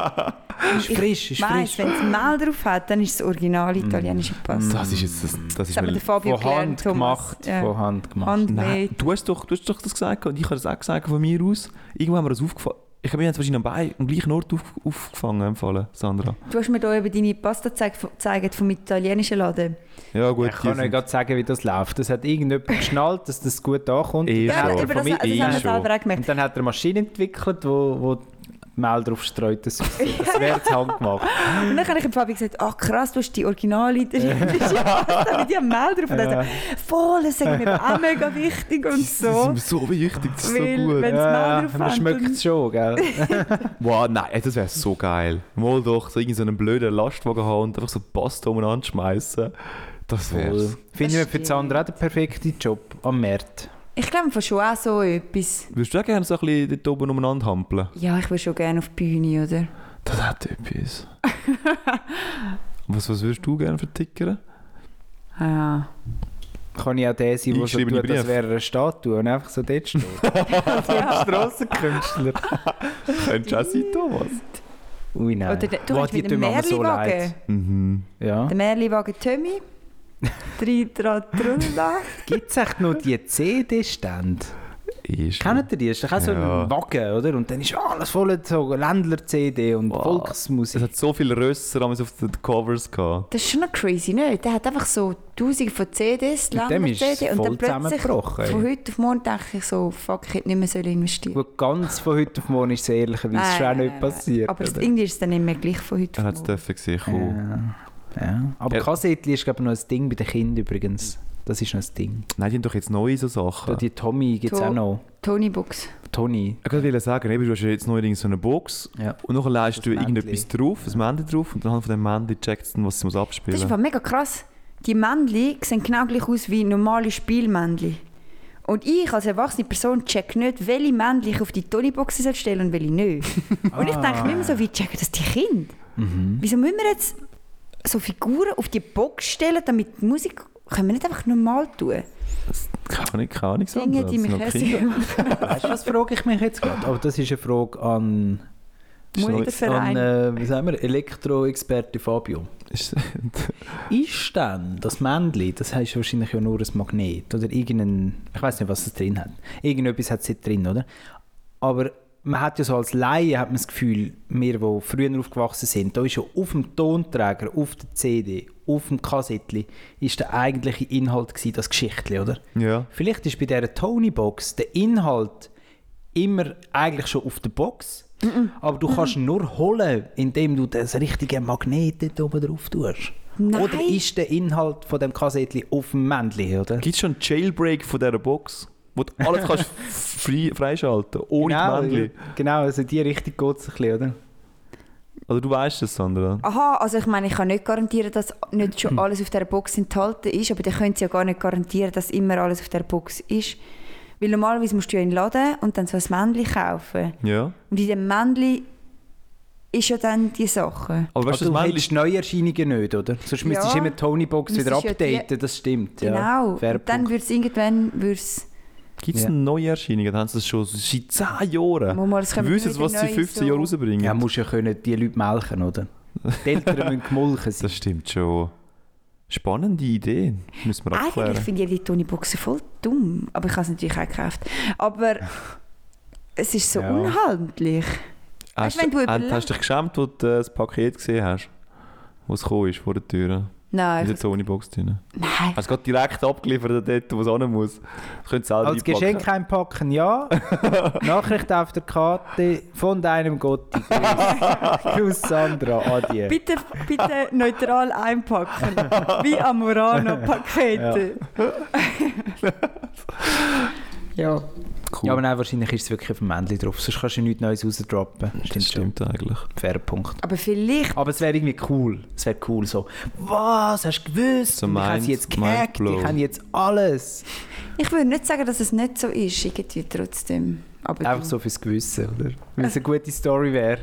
Ist frisch, *laughs* ist Weiss, frisch. Mm. wenn es Mehl drauf hat, dann ist es original italienische Pasta. Das ist jetzt, das, das Das ist hat mir der mir... Fabio Von gelernt, Hand Thomas. gemacht. Ja. Von Hand gemacht. Handmade. Nein, du hast, doch, du hast doch das gesagt und ich habe das auch gesagt von mir aus. Irgendwann haben wir das aufgefangen. Ich habe mir jetzt wahrscheinlich am Bein am gleichen Ort auf, aufgefangen, empfallen, Sandra. Du hast mir hier eben deine Pasta gezeigt gezeigt vom italienischen Laden. Ja gut, Ich kann die euch sind- gerade sagen, wie das läuft. Das hat irgendjemand geschnallt, dass das gut ankommt. Eh Und Ja, dann hat Ja, er schon. über das, von mir- das haben eh wir schon. selber auch gemerkt. Und dann hat er eine Maschine entwickelt, wo, wo Mehl drauf streut. *laughs* Das, das wäre jetzt handgemacht. Und dann habe ich dem Fabi gesagt, ach krass, du hast die originale italienische Pasta mit dem Mehl drauf. Und er sagt, voll, das ist mir auch mega wichtig und Das ist so. mir so wichtig, das ist so Weil, gut. wenn es Ja, Mehl drauf man hat, schmeckt es schon, gell? Wow, nein, ey, das wäre so geil. Mal doch so irgendeinen blöden Lastwagen haben und einfach so Pasta umeinander schmeißen. Das Voll. wär's. Finde ich für die Sandra auch den perfekten Job am Markt. Ich glaube von schon auch so etwas. Würdest du auch gerne so ein bisschen dort oben umeinander hampeln? Ja, ich würde schon gerne auf die Bühne, oder? Das hat etwas. was, was würdest du gerne vertickern? Ja. Kann ich auch der sein, der so Eingeschriebene tut, als Briefe. wäre er eine Statue und einfach so dort steht. *laughs* Strassenkünstler. Könntest du auch sein, Thomas? Ui, nein. Oder du Boah, kannst die mit dem tun mir so leid. Märliwagen. Mhm. Ja. Der Märliwagen Tommy. Drei Tratrulla. Gibt es echt noch die CD-Stände? ist. Kennt ihr die? Ist doch auch so Ja. ein Wagen, oder? Und dann ist alles voll so Ländler-CD und Wow. Es Volksmusik. hat so viele Rösser damals auf den Covers gehabt. Das ist schon noch crazy, nicht? Der hat einfach so tausende von CDs, Mit dem ist es CD und voll dann plötzlich zusammengebrochen, ey. von heute auf morgen denke ich so, fuck, ich hätte nicht mehr sollen investieren Gut, ganz von heute auf morgen ist es ehrlicherweise Nein, schon auch nein, nicht nein, passiert. Aber es- oder? irgendwie ist es dann nicht mehr gleich von heute Er auf hat es morgen. dürfen sehen. Cool. Oh. ja. Ja. Aber Ja. Kassettli ist glaube ich noch ein Ding bei den Kindern übrigens. Das ist noch ein Ding. Nein, die haben doch jetzt neue so Da Sachen. die Tommy gibt es To- auch noch. Tony Box. Tony. Ich wollte sagen, eben, du hast ja jetzt noch irgend so eine Box Ja. und nachher leist du Das Männchen. irgendetwas drauf, ein Männchen drauf und anhand von dem Männchen checkst du, was sie muss Das ist abspielen einfach muss. mega krass. Die Männchen sehen genau gleich aus wie normale Spielmännchen. Und ich als erwachsene Person check nicht, welche Männchen ich auf die Tonyboxen soll stellen und *laughs* welche nicht. und ich denke mir immer so, wie checken das die Kinder? Wieso müssen wir jetzt so Figuren auf die Box stellen, damit die Musik... Können wir nicht einfach normal tun? Keine Ahnung, keine Ahnung. Sandra, Singen das die sind mich noch *laughs* hässlich Kinder. machen? Weißt du, was frage ich mich jetzt gerade? Aber das ist eine Frage an, Ist noch- Mulderverein. an äh, wie sagen wir, Elektroexperte Fabio. ist- *laughs* Ist denn das Männchen, das heißt wahrscheinlich ja nur ein Magnet oder irgendein, ich weiß nicht, was es drin hat. Irgendetwas hat es dort drin, oder? Aber man hat ja so als Laie hat man das Gefühl, wir, die früher aufgewachsen sind, da ist ja auf dem Tonträger, auf der CD, auf dem Kassettli, ist der eigentliche Inhalt gewesen, das Geschichtli, oder? Ja. Vielleicht ist bei dieser Tony-Box der Inhalt immer eigentlich schon auf der Box, aber du kannst ihn nur holen, indem du das richtige Magnet dort oben drauf tust. Nein. Oder ist der Inhalt von dem Kassettli auf dem Männchen, oder? Gibt es schon einen Jailbreak von dieser Box, wo du *laughs* alles kannst frei, freischalten ohne genau, genau, Männchen? genau, also in die Richtung geht es ein bisschen, oder? Also du weißt das, Sandra. *laughs* Aha, also ich meine, ich kann nicht garantieren, dass nicht Hm. schon alles auf der Box enthalten ist, aber dann können sie ja gar nicht garantieren, dass immer alles auf der Box ist. Weil normalerweise musst du ja in den Laden und dann so ein Männchen kaufen. Ja. Und in dem Männchen ist ja dann die Sache. Aber weißt Also du, das du Männchen hättest Neuerscheinungen nicht, oder? Sonst Ja. müsstest du immer die Tony-Box wieder Müsstest ja die- updaten, das stimmt. Genau. Ja. Fair und dann Punkt. würde es irgendwann würd's Gibt es Ja. eine neue Erscheinung? Dann haben sie das schon seit 10 Jahren. Mama, es kommen Wissen sie, wieder was sie neue 15 so- Jahre rausbringen? Ja, musst ja können die Leute melken, oder? Die Eltern müssen gemolken sein. *laughs* das stimmt schon. Spannende Idee. Müssen wir Eigentlich abklären. finde ich die Tonyboxen voll dumm. Aber ich habe es natürlich auch gekauft. *laughs* Aber es ist so Ja. unhaltlich. Hast, Weißt du, wenn du hast, überlegst- hast du dich geschämt, als du äh, das Paket gesehen hast? Wo es gekommen ist, vor der Tür. Nein, In der ich, Sony-Box drin. nein. Ah, Hast du gerade direkt abgeliefert, dort, wo es hin muss? Das könnt ihr selber Als einpacken. Geschenk einpacken, *laughs* ja. Nachricht auf der Karte von deinem *laughs* Gotti. Grüß. Grüß Sandra, Adieu. Bitte, *laughs* bitte neutral einpacken. Wie Amorano-Pakete. Ja. Cool. Ja, aber nein, wahrscheinlich ist es wirklich auf dem Männchen drauf. Sonst kannst du nichts Neues rausdroppen. das stimmt eigentlich. schon. Fairer Punkt. Aber vielleicht. Aber es wäre irgendwie cool. Es wäre cool so. Was? Hast du gewusst? So Und ich habe mind- sie jetzt gehackt. mindblow. Ich habe jetzt alles. Ich würde nicht sagen, dass es nicht so ist. Irgendwie trotzdem. Aber Einfach so fürs Gewissen, oder? Weil es eine gute Story wäre.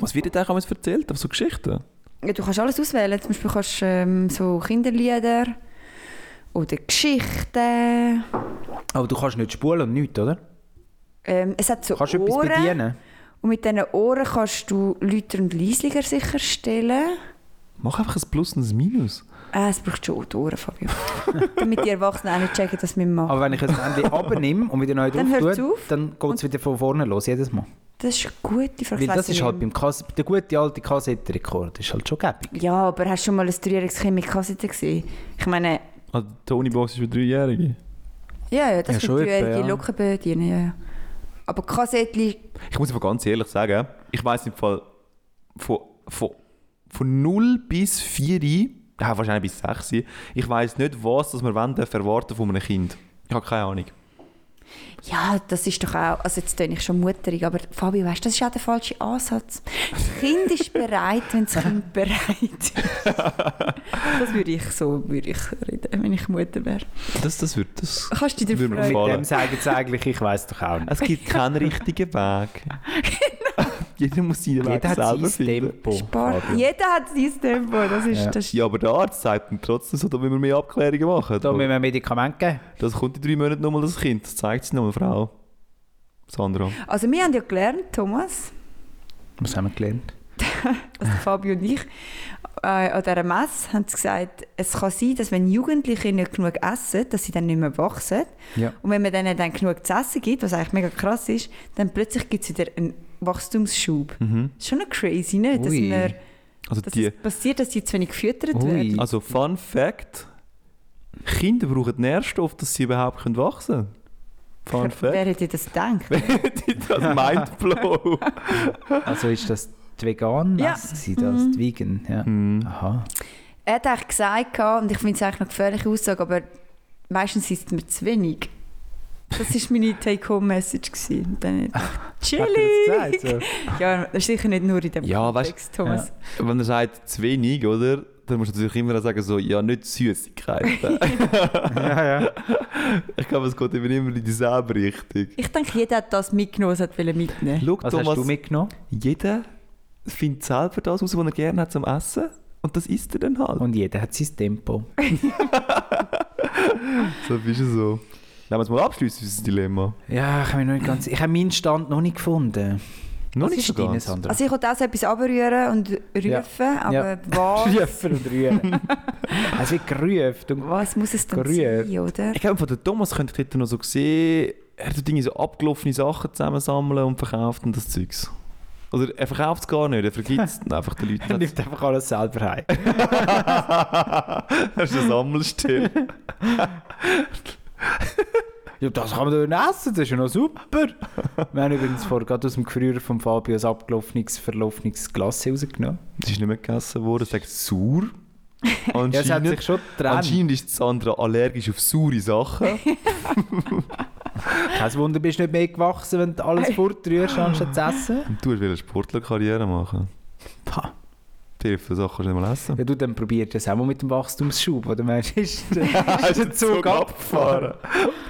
Was wird dir eigentlich erzählt auf so Geschichten? Ja, du kannst alles auswählen. Zum Beispiel kannst du ähm, so Kinderlieder oder Geschichten. Aber du kannst nicht spulen und nichts, oder? Ähm, es hat so Kannst du etwas Ohren. bedienen? und mit diesen Ohren kannst du Lüter und Leislinger sicherstellen. Mach einfach ein Plus und ein Minus. Äh, es braucht schon die *laughs* Ohren, Fabio. Damit die Erwachsenen auch nicht checken, dass wir machen. Aber wenn ich ein *laughs* Männchen abnehme und wieder neu drauf Dann hört's tue, auf. dann geht es wieder von vorne los, jedes Mal. Das ist eine gute Frage. Weil Ich das weiss ist halt nicht. beim Kass der gute alte Kassettenrekord ist halt schon gäbig. Ja, aber hast du schon mal ein dreijähriges Kind mit Kassette gesehen? Ich meine, Ah, die Tony Box ist für Dreijährige. ja, ja, das Ja, ja, schon sind dreijährige etwa, ja. locker bedienen, ja, ja. Aber Kassettli, Ich muss aber ganz ehrlich sagen, ich weiß im Fall von, von, von 0 bis 4, ja, wahrscheinlich bis 6, ich weiß nicht, was das wir wollen, erwarten von einem Kind. Ich habe keine Ahnung. ja, das ist doch auch, also jetzt bin ich schon mutterig, aber Fabi, weißt du, das ist auch der falsche Ansatz. Das Kind *laughs* ist bereit, wenn das Kind bereit ist. Das würde ich so, würde ich reden, wenn ich Mutter wäre. Das, das wird das. Kannst du dir Würde mir freuen? Mit Voll. dem sagen sie eigentlich, ich weiß doch auch nicht. Es gibt keinen richtigen *laughs* Weg. Genau. Jeder muss seinen Weg Also, Jeder hat selber sein finden. Tempo. Sport. Oh, Fabio. Jeder hat sein Tempo, das ist, Ja. das ist Ja, aber der Arzt sagt dann trotzdem so, da müssen wir mehr Abklärungen machen. Da müssen wir Medikamente geben. Das kommt in drei Monaten nochmal, das Kind. Das zeigt es nochmal, Frau. Sandra. Also wir haben ja gelernt, Thomas, Was haben wir gelernt? also Fabio und ich, äh, an dieser Messe haben sie gesagt, es kann sein, dass wenn Jugendliche nicht genug essen, dass sie dann nicht mehr wachsen. Ja. Und wenn man denen dann genug zu essen gibt, was eigentlich mega krass ist, dann plötzlich gibt es wieder einen Wachstumsschub. Mhm. Das ist schon noch crazy, nicht? Dass, Ui. man, Also, dass die, es passiert, dass die zu wenig gefüttert Ui. werden. also Fun Fact: Kinder brauchen Nährstoff, dass sie überhaupt können wachsen können. Fun Wer Fact. hätte das gedacht? *laughs* das Mindblow. Also ist das die vegan Ja. Messe gewesen, das die vegan, ja. Hm. Aha. Er hat eigentlich gesagt, gehabt, und ich finde es eigentlich eine gefährliche Aussage, aber meistens ist mir zu wenig. Das war meine Take-Home-Message. gewesen. Und dann habe ich *laughs* gedacht, Hat er das Chili! gesagt? So? *laughs* Ja, das ist sicher nicht nur in dem Ja, Kontext, Thomas. *laughs* Wenn er sagt, zu wenig, oder? Dann musst du natürlich immer sagen, so, ja, *laughs* nicht Süßigkeiten. *laughs* ja, ja. ich glaube, es geht immer, immer in dieselbe Richtung. Ich denke, jeder hat das mitgenommen, was er wollte mitnehmen Schau, Was hast Thomas, du mitgenommen? jeder findet selber das raus, was er gerne hat zum Essen. Und das isst er dann halt. Und jeder hat sein Tempo. so Also, bist du so. Lass uns mal abschließen, unser Dilemma. Ja, ich habe mich noch nicht ganz... Ich habe meinen Stand noch nicht gefunden. Noch Was nicht so ist deiner, ganz. Sandra? Also ich wollte auch so etwas abrühren und Ja. rufen, aber Also, Ja. *laughs* was, Schiefer und *laughs* Rühren. es wird gerüft. Und was muss es denn Gerührt. sein, oder? Ich glaube, von der Thomas könnte ich dort noch so sehen, er tut irgendwie so abgelaufene Sachen zusammensammeln und verkauft und das Zeugs. Oder er verkauft es gar nicht, *laughs* er vergibt es einfach den er Leuten. *laughs* nimmt einfach alles selber heim. er ist ein Sammelstil. Ja, das kann man doch nicht essen, das ist ja noch super. Wir haben übrigens vorher gerade aus dem Gefrierer von Fabio ein abgelaufenes, verlaufenes Glas rausgenommen. Das ist nicht mehr gegessen worden, es *laughs* sagt sauer. Ja, es hat sich schon getrennt. anscheinend ist Sandra allergisch auf *laughs* saure Sachen. Kein Wunder, bist du nicht mehr gewachsen, wenn du alles fortrührst, anstatt zu essen. Und du willst eine Sportlerkarriere machen. Pah. Die Hilfe Sachen kannst du nicht mal essen. Ja, du, dann probier das auch mal mit dem Wachstumsschub, oder meinst du, ist der, ist der Zug abgefahren?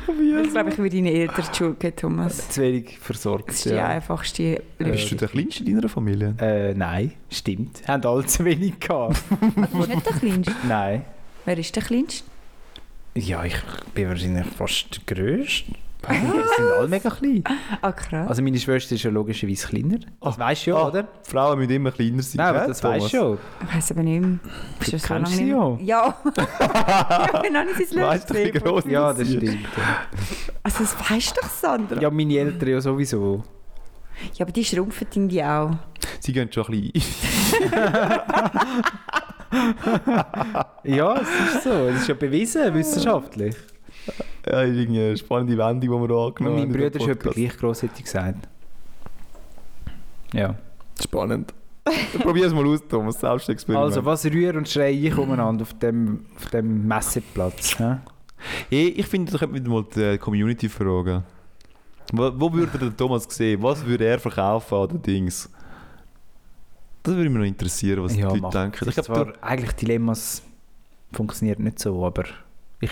Ich glaube, ich würde deine Eltern schulden, Thomas. *laughs* Zu wenig versorgt, Das ist die ja. einfachste Bist du Lösung. der Kleinste in deiner Familie? Äh, nein, stimmt. Haben alle zu wenig gehabt. Ah, Du bist nicht der Kleinste. nein. Wer ist der Kleinste? Ja, ich bin wahrscheinlich fast der Grösste. Weil Die sind alle mega klein. Ah, krass. Also meine Schwester ist ja logischerweise kleiner. Das weißt du ja, Ah, oder? Frauen müssen immer kleiner sein. Nein, aber gell, das weißt du Thomas? schon. Ich weiß aber nicht mehr. Bist Du schon so kennst lange sie nicht mehr- Ja. *laughs* ich bin noch nicht sein Weißt du, wie Leben. gross Ja, das stimmt. Also das weisst doch, Sandra. Ja, Ja, meine Eltern ja sowieso. aber die schrumpfen irgendwie auch. Sie gehen schon ein bisschen Ja, es ist so. Es ist ja bewiesen, wissenschaftlich. ja, ist irgendwie eine spannende Wendung, die wir da Und angenommen mein Genau, Bruder in diesem ist etwa Podcast. gleich gross, hätte ich gesagt. Ja. Spannend. *laughs* Dann Probier es mal aus, Thomas, selbst Experiment. Also, was rühre und schreie ich umeinander auf dem, auf dem Messeplatz? hä? Also, hey, ich finde, da könnte man mal die äh, Community fragen. Wo, wo würde der Thomas sehen? Was würde er verkaufen an den Dings? Das würde mich noch interessieren, was die Leute macht denken. sich Ich glaube, zwar, eigentlich Dilemmas funktioniert nicht so, aber ich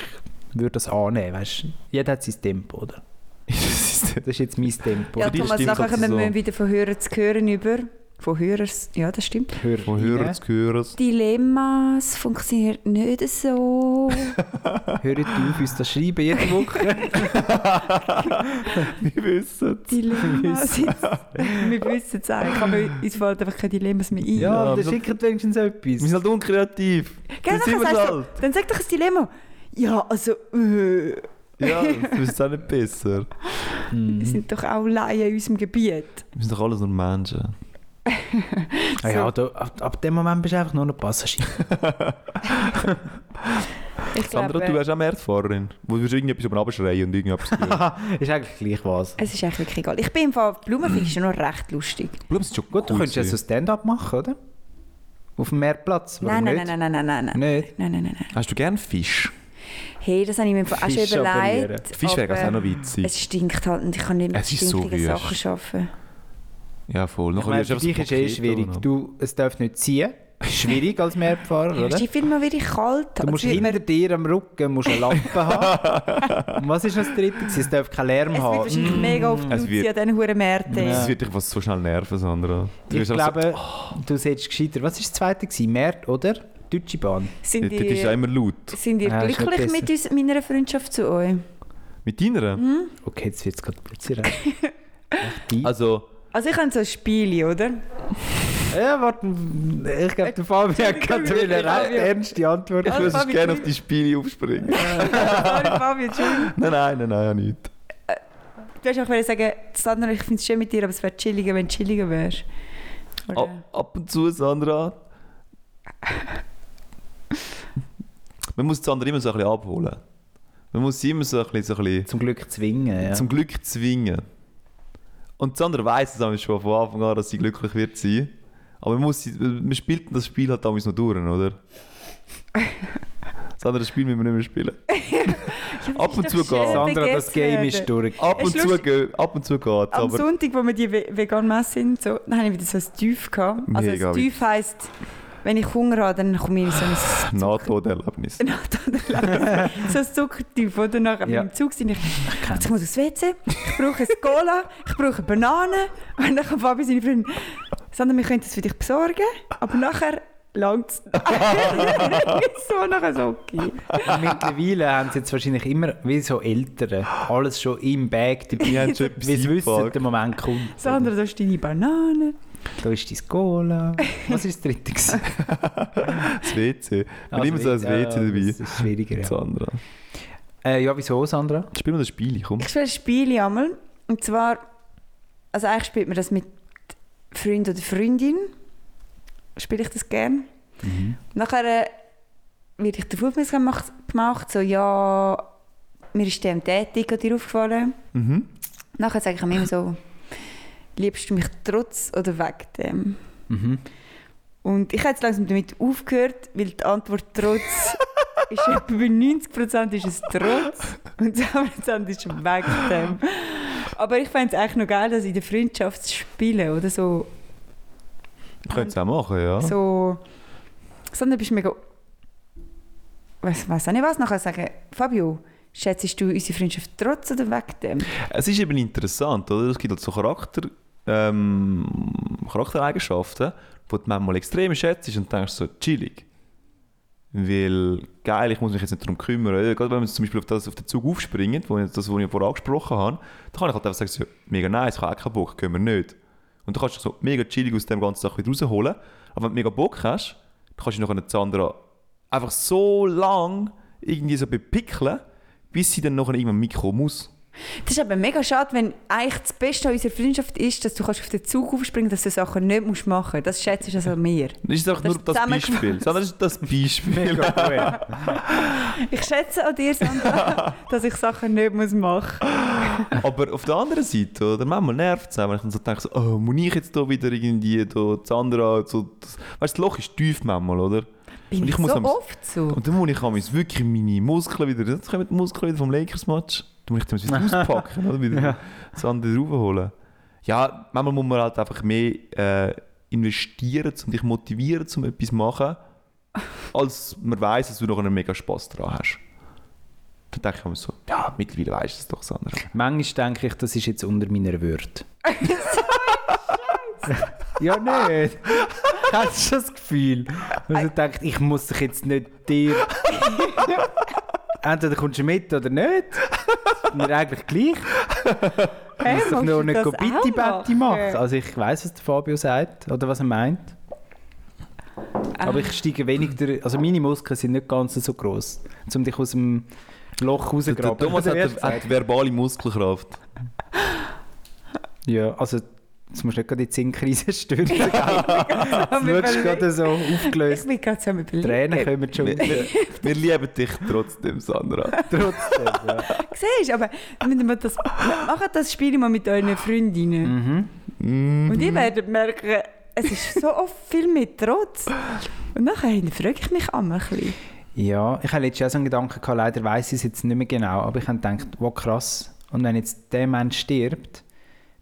würde das annehmen, weißt du? Jeder hat sein Tempo, oder? *laughs* das ist Das ist jetzt mein Tempo. Ja, dich Thomas, stimmt nachher das kommen so. wir wieder von Hörer zu Hören über. Von Hörers, ja, das stimmt. Hör von Hörer zu Hörer. *laughs* Dilemmas funktioniert nicht so. Hört auf, uns das schreiben jede Woche. Wir wissen es. Dilemmas. jetzt- wir wissen es eigentlich, aber uns fallen einfach keine Dilemmas mehr *laughs* ein. Ja, ja, aber dann so- schickt wenigstens Wir sind etwas. halt unkreativ. Gell, Dann sind nachher wir sagst halt. du, dann sag doch ein Dilemma. Ja, also, äh, Ja, wir wissen es auch nicht besser. Hm. wir sind doch auch Laien in unserem Gebiet. Wir sind doch alles nur Menschen. Ah, ja, da, ab, ab dem Moment bist du einfach nur noch *laughs* Passagier. Ich Sandra, glaube, du wärst auch Märzfahrerin. Wo würdest du irgendetwas über runterschreien und irgendetwas *laughs* hören. ist eigentlich gleich was. es ist eigentlich wirklich egal. Ich bin im Fall, Blumen finde ich schon noch recht lustig. Blumen sind schon Gut, du cool könntest ja so gewesen. Stand-up machen, oder? Auf dem Meerplatz. Warum Nein, nein, nicht? nein, nein, nein, nein, nein. Nicht? Nein, nein, nein, nein. Hast du gern Fisch? Hey, das habe ich mir im Fall auch schon Fisch überlegt. operieren. Fisch wäre also auch aber noch witzig. Es stinkt halt und ich kann nicht mit Es ist so stinkigen wüst. Sachen arbeiten. Ja, voll. Ich meine, für dich ist eh schwierig. Du, es darf nicht ziehen. Schwierig als *laughs* Meerfahrer, Oder? oder? Ich finde mal wirklich kalt. Du Also musst würde man- hinter dir am Rücken musst eine Lampe haben. Und was ist noch das Dritte? gewesen? Es darf keinen Lärm es wird haben. wahrscheinlich mega oft Es Luzi wird- an diesen huren Märten. Das Ja. wird dich was so schnell nerven, Sandra. Du Ich wirst also- einfach glaube, du solltest gescheiter. Was war das Zweite? gewesen? Mert, oder? Deutsche Bahn. So, Sind dort ist ja ihr, immer laut. sind ihr Ja, ist nicht glücklich besser. mit uns, meiner Freundschaft zu euch? Mit deiner? Hm? Okay, jetzt wird es gerade plötzlich recht. Echt die- Also, Also ich habe so Spiele, oder? *laughs* Ja, warte, ich glaube, der Fabian hat gerade Entschuldigung, eine Fabio. ernste Antwort. Ich würde Fabi, gerne auf du- die *laughs* Spiele aufspringen. *laughs* Sorry, Fabi, Entschuldigung. nein, nein, nein, nein, ja nicht. Du hast auch wollen sagen, Sandra, ich finde es schön mit dir, aber es wäre chilliger, wenn du chilliger wärst. Oder? Ab, ab und zu, Sandra. Man muss Sandra immer so ein bisschen abholen. Man muss sie immer so ein bisschen, so ein bisschen Zum Glück zwingen, ja. zum Glück zwingen. Und Sandra weiß es aber schon von Anfang an, dass sie glücklich wird sein. Aber man, muss sie, man spielt das Spiel halt damals noch durch, *laughs* oder? Das andere Spiel müssen wir nicht mehr spielen. ab und ist zu doch schön. geht Sandra, das vergessen Game ist werden. durch. Ab Es und ist zu, lustig. geht- ab und zu geht Am aber Sonntag, wo wir die Ve- vegan Messe sind, so, dann habe ich wieder so ein Tief gehabt. Also Mega ein Tief heisst, wenn ich Hunger habe, dann komme ich in so *laughs* ein *laughs* NATO-Erlebnis. Nachtanderleben. so ein Zuckertief, oder? Nachher Ja. ja. im Zug sind ich, jetzt muss ich aufs WC, ich brauche ein Cola, ich brauche eine Banane. Und dann kommt Fabi seine Freundin, Sandra, wir können das für dich besorgen, aber nachher langt es. *laughs* so nachher so, okay. Mittlerweile haben sie jetzt wahrscheinlich immer, wie so Eltern, alles schon im Bag Wir dabei. haben schon etwas Weil sie wissen, eingepackt. der Moment kommt. Sandra, da ist deine Banane. Da ist dein Cola. Was war das dritte? *laughs* gewesen? Also, Das WC. Wir Also nehmen so ein ja, WC äh, Das dabei. ist schwieriger, ja. Sandra. Äh, ja, wieso, Sandra? Spielen wir das Spiel, komm. Ich spiele ein Spiel einmal, und zwar, also eigentlich spielt man das mit Freund oder Freundin. Spiele ich das gerne. Nachher äh, werde ich darauf aufmerksam gemacht- gemacht, so ja, mir ist dem tätig an dir aufgefallen. Mhm. Nachher sage ich ihm immer so, liebst du mich trotz oder wegen dem? *laughs* Mhm. Und ich habe jetzt langsam damit aufgehört, weil die Antwort trotz ist etwa bei 90% ist es trotz und 10% ist wegen dem. Aber ich fände es eigentlich noch geil, dass in der Freundschaft zu spielen oder so. Könnt es auch machen, ja. so sondern bist mega was weiß auch nicht was nachher sagen Fabio schätzt du unsere Freundschaft trotz oder wegen dem Es ist eben interessant, oder? Es gibt halt so Charakter, ähm, Charaktereigenschaften, die du manchmal extrem schätzt und denkst so, chillig. Weil, geil, ich muss mich jetzt nicht darum kümmern. Oder? Gerade wenn wir jetzt zum Beispiel auf, das, auf den Zug aufspringen, wo ich, das, was ich vorher angesprochen habe, dann kann ich halt einfach sagen, so, mega nice, ich habe auch keinen Bock, können wir nicht. Und dann kannst du dich so mega chillig aus dem ganzen Sache wieder rausholen. Aber wenn du mega Bock hast, dann kannst du dich nachher zu anderen einfach so lang irgendwie so bepickeln, bis sie dann nachher irgendwann mitkommen muss. das ist aber mega schade wenn eigentlich das Beste an unserer Freundschaft ist dass du kannst auf den Zug aufspringen dass du Sachen nicht musst machen das schätzt du also mehr Das ist einfach Das nur ist das zusammengefasst. Beispiel. Sondern das ist das *laughs* Beispiel. Mega gut. ich schätze an dir Sandra dass ich Sachen nicht muss machen Aber auf der anderen Seite, oder? Manchmal nervt es auch, wenn ich dann so denke, so, oh, muss ich jetzt hier wieder irgendwie, da, Sandra, so, das, weißt, das Loch ist tief manchmal, oder? bin Und ich ich muss so am- oft so Und dann muss ich amigs wirklich meine Muskeln wieder, jetzt kommen die Muskeln wieder vom Lakers-Match, da muss ich dann wieder auspacken, oder? Wieder Ja. das andere raufholen. Ja, manchmal muss man halt einfach mehr äh, investieren, um dich motivieren, um etwas zu machen, als man weiß, dass du noch einen mega Spass daran hast. Dann denke ich mir so, ja, mittlerweile weißt du es doch, Sandra. Manchmal denke ich, das ist jetzt unter meiner Würde. ja, nicht. Hast du das Gefühl? Und du denkst, ich muss dich jetzt nicht dir. Entweder kommst du mit oder nicht. Das ist mir eigentlich gleich. hey, Ich muss doch magst du noch nicht das auch bitti betti machen. machen? Also ich weiß, was der Fabio sagt oder was er meint. Aber Ah. ich steige weniger, also meine Muskeln sind nicht ganz so gross, um dich aus dem Loch Der, der rauszugraben. Thomas Oder wie hat, er hat verbale Muskelkraft. Ja, also jetzt musst du nicht gerade in die Sinnkrise stürzen. gell? Jetzt wirkst du gerade so ich aufgelöst. bin gerade so am überlegen Tränen kommen schon Wir, wir, wir lieben dich trotzdem, Sandra. trotzdem. Ja. Siehst aber müssen wir das, macht das Spiel mal mit euren Freundinnen. Mhm. Und ihr werdet merken, es ist so oft viel mit Trotz. Und nachher frage ich mich auch mal ein bisschen. ja, ich hatte letztes Jahr so einen Gedanken, gehabt, leider weiß ich es jetzt nicht mehr genau, aber ich habe gedacht, wow krass. Und wenn jetzt der Mensch stirbt,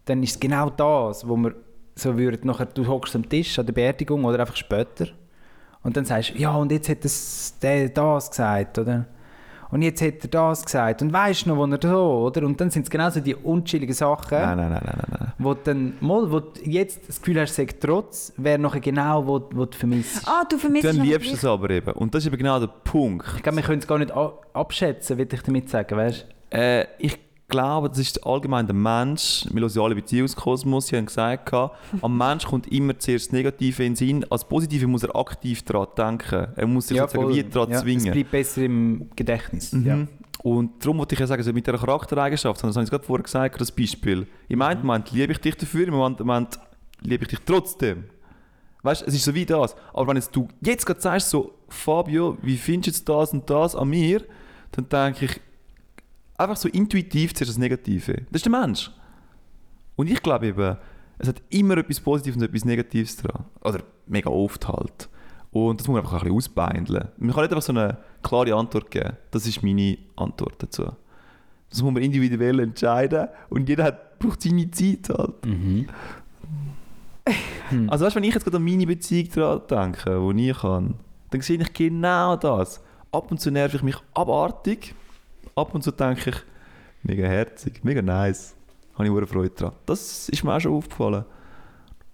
dann ist es genau das, wo man so würde, nachher du hockst am Tisch an der Beerdigung oder einfach später und dann sagst du, ja und jetzt hat das, der das gesagt, oder? Und jetzt hat er das gesagt und weißt noch, wo er so, oder? Und dann sind es genau so die unschilligen Sachen. Nein, nein, nein, nein, nein. wo du dann mal, wo du jetzt das Gefühl hast, sag trotz, wäre nachher genau, wo, wo du vermisst. Ah, du vermisst Dann noch liebst du mich. es aber eben. Und das ist eben genau der Punkt. Ich glaube, wir können es gar nicht a- abschätzen, würde ich damit sagen, weißt? Äh, ich glaube, das ist allgemein der Mensch. Wir hören ja alle Beziehungskosmos. Sie haben gesagt, gehabt, am Mensch kommt immer zuerst das Negative in den Sinn. Als Positive muss er aktiv daran denken. Er muss sich sozusagen wie daran Es zwingen. bleibt besser im Gedächtnis. Ja. Mhm. Und darum wollte ich ja sagen, also mit dieser Charaktereigenschaft, das habe ich gerade vorher gesagt, das Beispiel. Im einen Moment liebe ich dich dafür, im anderen Moment liebe ich dich trotzdem. Weißt du, es ist so wie das. Aber wenn jetzt du jetzt gerade sagst, so, Fabio, wie findest du jetzt das und das an mir, dann denke ich, einfach so intuitiv zuerst das Negative. Das ist der Mensch. Und ich glaube eben, es hat immer etwas Positives und etwas Negatives dran. Oder mega oft halt. Und das muss man einfach ein bisschen ausbeindeln. Man kann nicht einfach so eine klare Antwort geben. Das ist meine Antwort dazu. Das muss man individuell entscheiden und jeder hat, braucht seine Zeit halt. Mhm. Also weißt du, wenn ich jetzt gerade an meine Beziehung dran denke, wo ich kann, dann sehe ich genau das. Ab und zu nerv ich mich abartig, ab und zu denke ich, mega herzig, mega nice. Habe ich hure Freude dran. Das ist mir auch schon aufgefallen.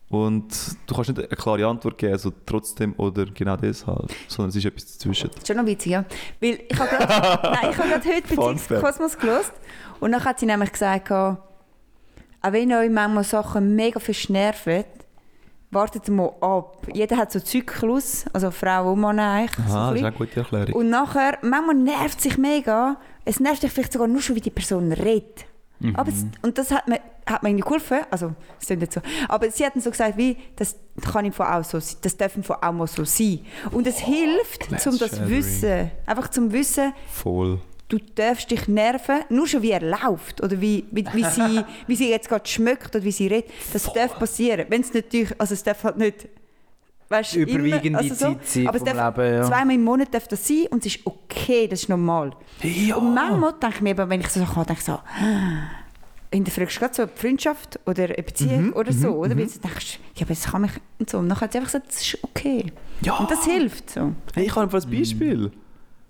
Und du kannst nicht eine klare Antwort geben, so trotzdem oder genau deshalb, sondern es ist etwas dazwischen. Schon noch witzig, ja. Weil ich *laughs* habe gerade nein, ich habe gerade heute Fun fact. Beziehungskosmos gelesen und dann hat sie nämlich gesagt, oh, auch wenn euch manchmal Sachen mega fest nerven, wartet mal ab. Jeder hat so Zyklus, also Frau und Mann eigentlich. so ein Aha, das ist auch bisschen. eine gute Erklärung. Und nachher, manchmal nervt sich mega. Es nervt dich vielleicht sogar nur schon, wie die Person redet. Aber es, und das hat mir, hat mir irgendwie geholfen. Also, es klingt jetzt so. Aber sie hat dann so gesagt, wie, das kann im Fall auch so sein. Das dürfen von auch mal so sein. Und es hilft, zum das shattering. Wissen. Einfach zum Wissen, Voll. du darfst dich nerven, nur schon wie er läuft oder wie, wie, wie, sie, wie sie jetzt gerade schmeckt oder wie sie redet. Das darf passieren. Wenn es natürlich, also es darf halt nicht weißt, du, Überwiegende immer, also so, Zeit sein aber es vom darf, Leben, ja. Zweimal im Monat darf das sein und es ist okay, das ist normal. Und manchmal denke ich mir eben, wenn ich so Sachen habe, denke ich so, *gasps* hinterfragst du gerade so eine Freundschaft oder eine Beziehung Mhm, oder so, oder? Weil du denkst, ja, aber das kann mich und so. Und dann hat sie einfach gesagt, das ist okay. Ja. Und das hilft so. Hey, ich habe einfach ein Beispiel.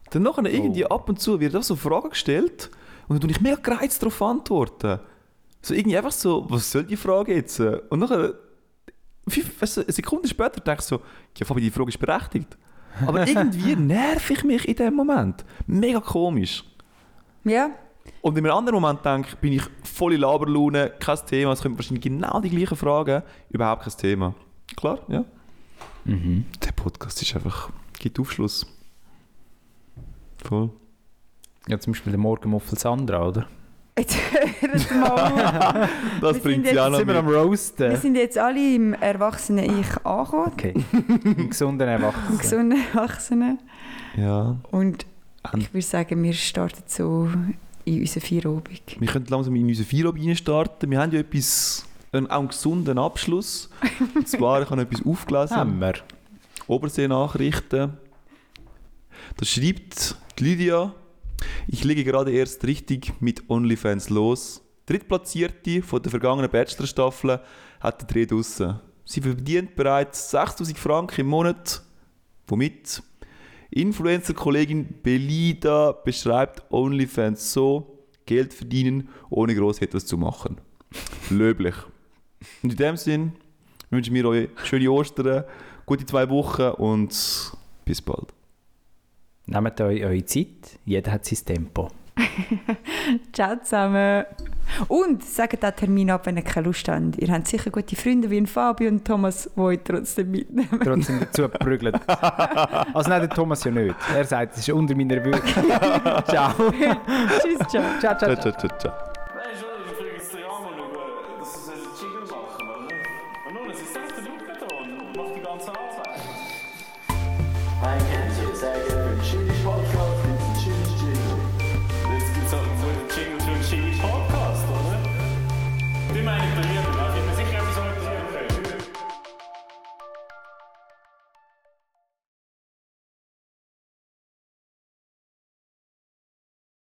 Dann nachher irgendwie ab und zu wird auch so Fragen gestellt und dann tue ich mega gereizt darauf antworten. So irgendwie einfach so, was soll die Frage jetzt? Und nachher, fünf, weißt du, eine Sekunde später denke ich so, ja Fabi, die Frage ist berechtigt. Aber irgendwie nerv ich mich in dem Moment. Mega komisch. Ja. Und in einem anderen Moment denke ich, bin ich voll in Laberlaune, kein Thema, es kommen wahrscheinlich genau die gleichen Fragen, überhaupt kein Thema. Klar, ja. Mhm. Der Podcast ist einfach, gibt Aufschluss. Voll. ja, zum Beispiel der Morgenmuffel Sandra, oder? Jetzt *laughs* hört mal auf. Das Wir bringt sind sie auch jetzt- noch sind wir am mit. Wir Roasten. sind jetzt alle im Erwachsenen-Ich angekommen, Okay. Im gesunden im Erwachsenen. gesunden Erwachsenen. Ja, Und Ähm. ich würde sagen, wir starten so in unsere Feierabend. wir können langsam in unsere Vierob reinstarten. Wir haben ja etwas, einen, auch einen gesunden Abschluss. Und zwar, ich habe etwas aufgelesen. Haben wir. Obersee-Nachrichten. Da schreibt die Lydia, ich lege gerade erst richtig mit OnlyFans los. Drittplatzierte von der vergangenen Bachelor-Staffel hat den Dreh draussen. Sie verdient bereits 6000 Franken im Monat. Womit? Influencer-Kollegin Belida beschreibt OnlyFans so: Geld verdienen, ohne groß etwas zu machen. Löblich. Und in dem Sinn wünschen wir euch schöne Ostern, gute zwei Wochen und bis bald. Nehmt euch eure Zeit. Jeder hat sein Tempo. Ciao zusammen. Und sagt den Termin ab, wenn ihr keine Lust habt. Ihr habt sicher gute Freunde wie ein Fabio und Thomas, die euch trotzdem mitnehmen. Trotzdem dazu *laughs* geprügelt. Also nein, der Thomas ja nicht. Er sagt, es ist unter meiner *laughs* Würde. Ciao. *laughs* Tschüss, ciao. Ciao, ciao. Ciao, ciao, ciao, ciao. Nein, schon, ich kriege jetzt drei Arme schauen. Das ist ein Jingle machen, oder? Und nun, es ist selbst der Luftbeton und macht die ganze Arbeit. I